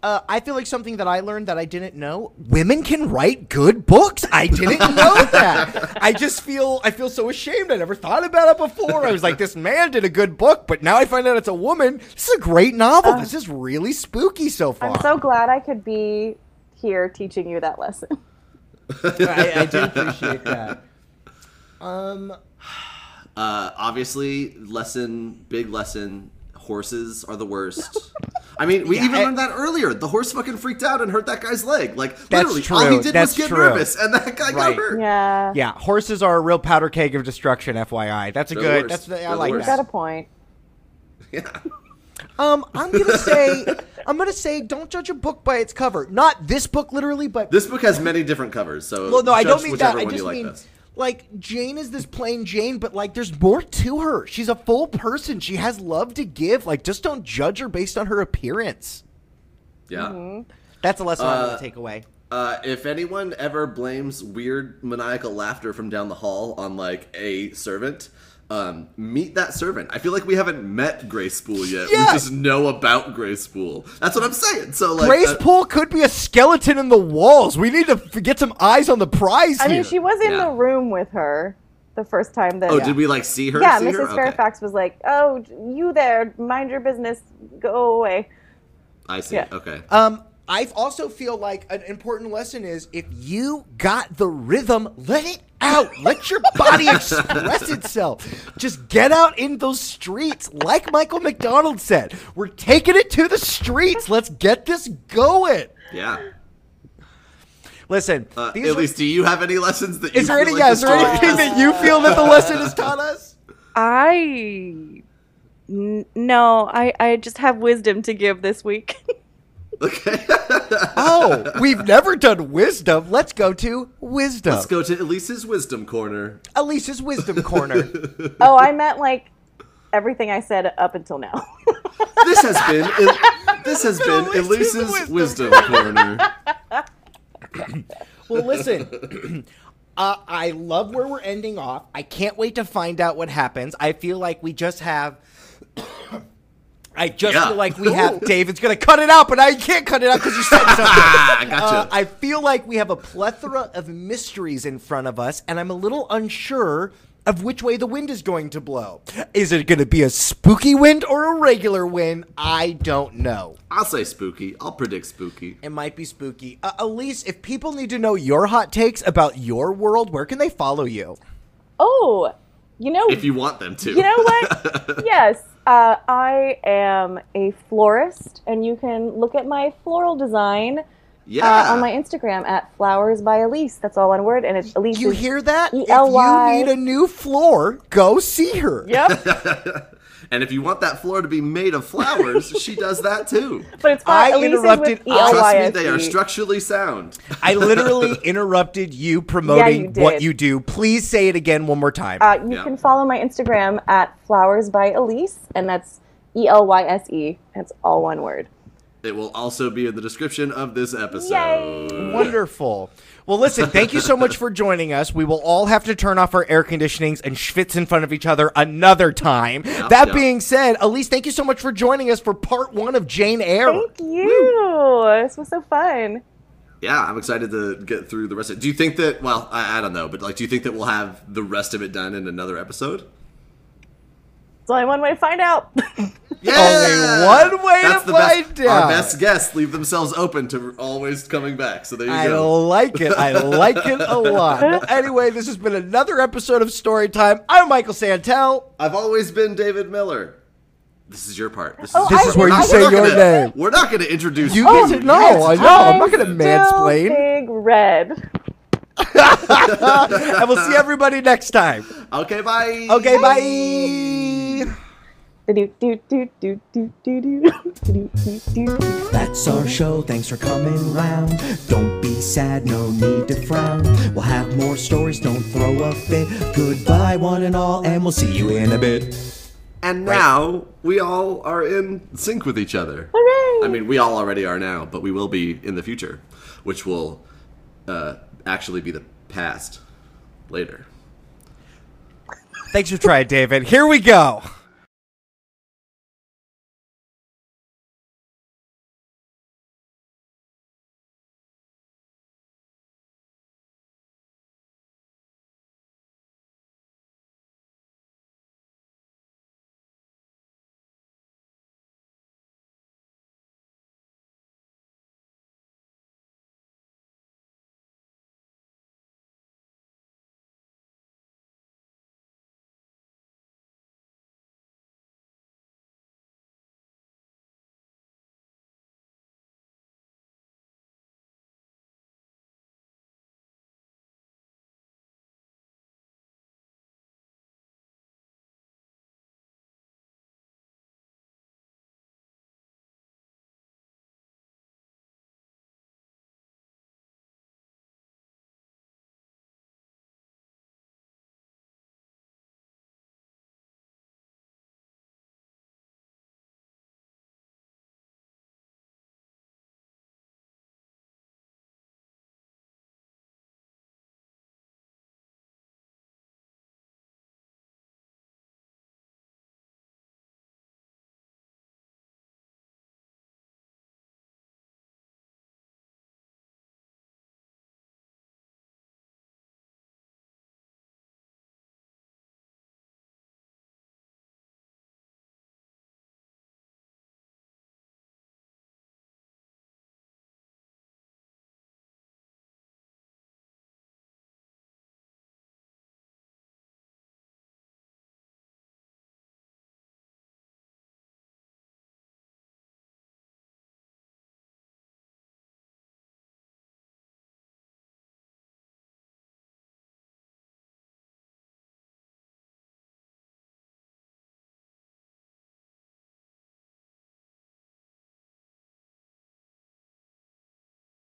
S2: Uh, I feel like something that I learned that I didn't know: women can write good books. I didn't know that. I just feel I feel so ashamed. I never thought about it before. I was like, this man did a good book, but now I find out it's a woman. This is a great novel. this is really spooky so far.
S4: I'm so glad I could be here teaching you that lesson.
S2: I, I do appreciate that. Um.
S3: Uh, obviously, lesson, big lesson. Horses are the worst. I mean, we even
S2: I-
S3: learned that earlier. The horse fucking freaked out and hurt that guy's leg. Like,
S2: That's
S3: literally, all
S2: true.
S3: he did
S2: That's
S3: was get
S2: true.
S3: nervous, and that guy
S2: Right.
S3: got hurt.
S4: Yeah,
S2: Yeah, horses are a real powder keg of destruction. FYI, that's a
S3: They're the
S2: good.
S3: worst.
S2: That's the,
S3: They're
S2: I
S3: the
S2: like
S3: worst.
S4: you got
S2: that.
S4: a point.
S3: Yeah.
S2: Um, I'm gonna say, I'm gonna say, don't judge a book by its cover. Not this book literally, but
S3: This book has many different covers, so
S2: well, no, I don't
S3: judge
S2: mean
S3: whichever
S2: that. I
S3: one you
S2: just
S3: like
S2: mean
S3: best.
S2: like Jane is this plain Jane, but like there's more to her. She's a full person. She has love to give. Like, just don't judge her based on her appearance.
S3: Yeah.
S2: Mm-hmm. That's a lesson I'm gonna
S3: Uh,
S2: take away.
S3: Uh, if anyone ever blames weird maniacal laughter from down the hall on like a servant, um, meet that servant. I feel like we haven't met Grace Spool yet.
S2: Yeah.
S3: We just know about Grace Spool. That's what I'm saying. So like,
S2: Grace
S3: uh,
S2: Poole could be a skeleton in the walls. We need to f- get some eyes on the prize
S4: I
S2: here.
S4: mean, she was in
S3: Yeah.
S4: the room with her the first time that.
S3: oh, did we like see her?
S4: Yeah,
S3: see her?
S4: Mrs.
S3: Okay.
S4: Fairfax was like, "Oh, you there? Mind your business. Go away."
S3: I see.
S4: Yeah.
S3: Okay.
S2: Um, I also feel like an important lesson is if you got the rhythm, let it out. Let your body express itself. Just get out in those streets. Like Michael McDonald said, we're taking it to the streets. Let's get this going.
S3: yeah.
S2: Listen,
S3: Uh,
S2: these
S3: at
S2: are-
S3: least, do you have any lessons that? You
S2: is there
S3: feel
S2: any?
S3: like
S2: yeah,
S3: the
S2: is there
S3: story
S2: anything
S3: has?
S2: that you feel that the lesson has taught us?
S4: I n- no, I I just have wisdom to give this week.
S2: Oh, we've never done wisdom. Let's go to wisdom.
S3: Let's go to Elise's wisdom corner.
S2: Elise's wisdom corner.
S4: oh, I meant like everything I said up until now.
S3: This has been El- this has been
S2: Elise's
S3: Elise's wisdom corner.
S2: Well, listen, Uh, I love where we're ending off. I can't wait to find out what happens. I feel like we just have. I just
S3: Yeah.
S2: feel like we have. David's gonna cut it out, but I can't cut it out because you said something.
S3: Ah, I
S2: Uh,
S3: gotcha.
S2: I feel like we have a plethora of mysteries in front of us, and I'm a little unsure of which way the wind is going to blow. Is it going to be a spooky wind or a regular wind? I don't know.
S3: I'll say spooky. I'll predict spooky.
S2: It might be spooky. Uh, Elise, if people need to know your hot takes about your world, where can they follow you?
S4: Oh, you know,
S3: If you want them to.
S4: You know what? yes, uh, I am a florist, and you can look at my floral design
S3: yeah.
S4: uh, on my Instagram at Flowers by Elise. That's all one word, and it's Elise.
S2: You
S4: is-
S2: hear that?
S4: E-L-Y.
S2: If you need a new floor, go see her.
S4: Yep,
S3: and if you want that floor to be made of flowers, she does that too.
S4: but it's fine.
S2: I
S4: Elise is
S2: interrupted-
S4: with E E-L-Y-S-E.
S3: Trust me, they are structurally sound.
S2: I literally interrupted you promoting
S4: you
S2: what
S4: did.
S2: you do. Please say it again one more time.
S4: Uh, you
S3: Yeah.
S4: can follow my Instagram at Flowers by Elise, and that's E L Y S E. That's all one word.
S3: It will also be in the description of this episode.
S4: Yay.
S2: Wonderful. Well, listen, thank you so much for joining us. We will all have to turn off our air conditionings and schwitz in front of each other another time. that
S3: yeah.
S2: being said, Elise, thank you so much for joining us for part one of Jane Eyre.
S4: Thank you. This was so fun.
S3: Yeah, I'm excited to get through the rest of it. Do you think that, well, I, I don't know, but like, do you think that we'll have the rest of it done in another episode?
S4: It's only one way to find out.
S2: Only one way
S3: That's
S2: to
S3: the best-
S2: find out.
S3: Our best guests leave themselves open to always coming back. So there you
S2: I
S3: go.
S2: like it. I like it a lot. Well, anyway, this has been another episode of Storytime. I'm Michael Santel.
S3: I've always been David Miller. This is your part. This is,
S4: This Oh, I- is where you
S3: we're
S4: say
S3: not
S2: your
S3: gonna-
S2: name.
S3: We're not going to introduce
S2: You
S3: you.
S2: get to know. I know. I'm not going to
S3: I'm
S2: mansplain.
S4: Big red.
S2: and we'll see everybody next time.
S3: Okay, bye.
S2: Okay, bye.
S4: Do do do do do do do do do do.
S1: That's our show, thanks for coming round. Don't be sad, no need to frown. We'll have more stories, don't throw a fit. Goodbye, one and all, and we'll see you in a bit.
S3: And now we all are in sync with each other.
S4: Hooray!
S3: I mean, we all already are now, but we will be in the future, which will uh, actually be the past later.
S2: Thanks for trying, David. Here we go.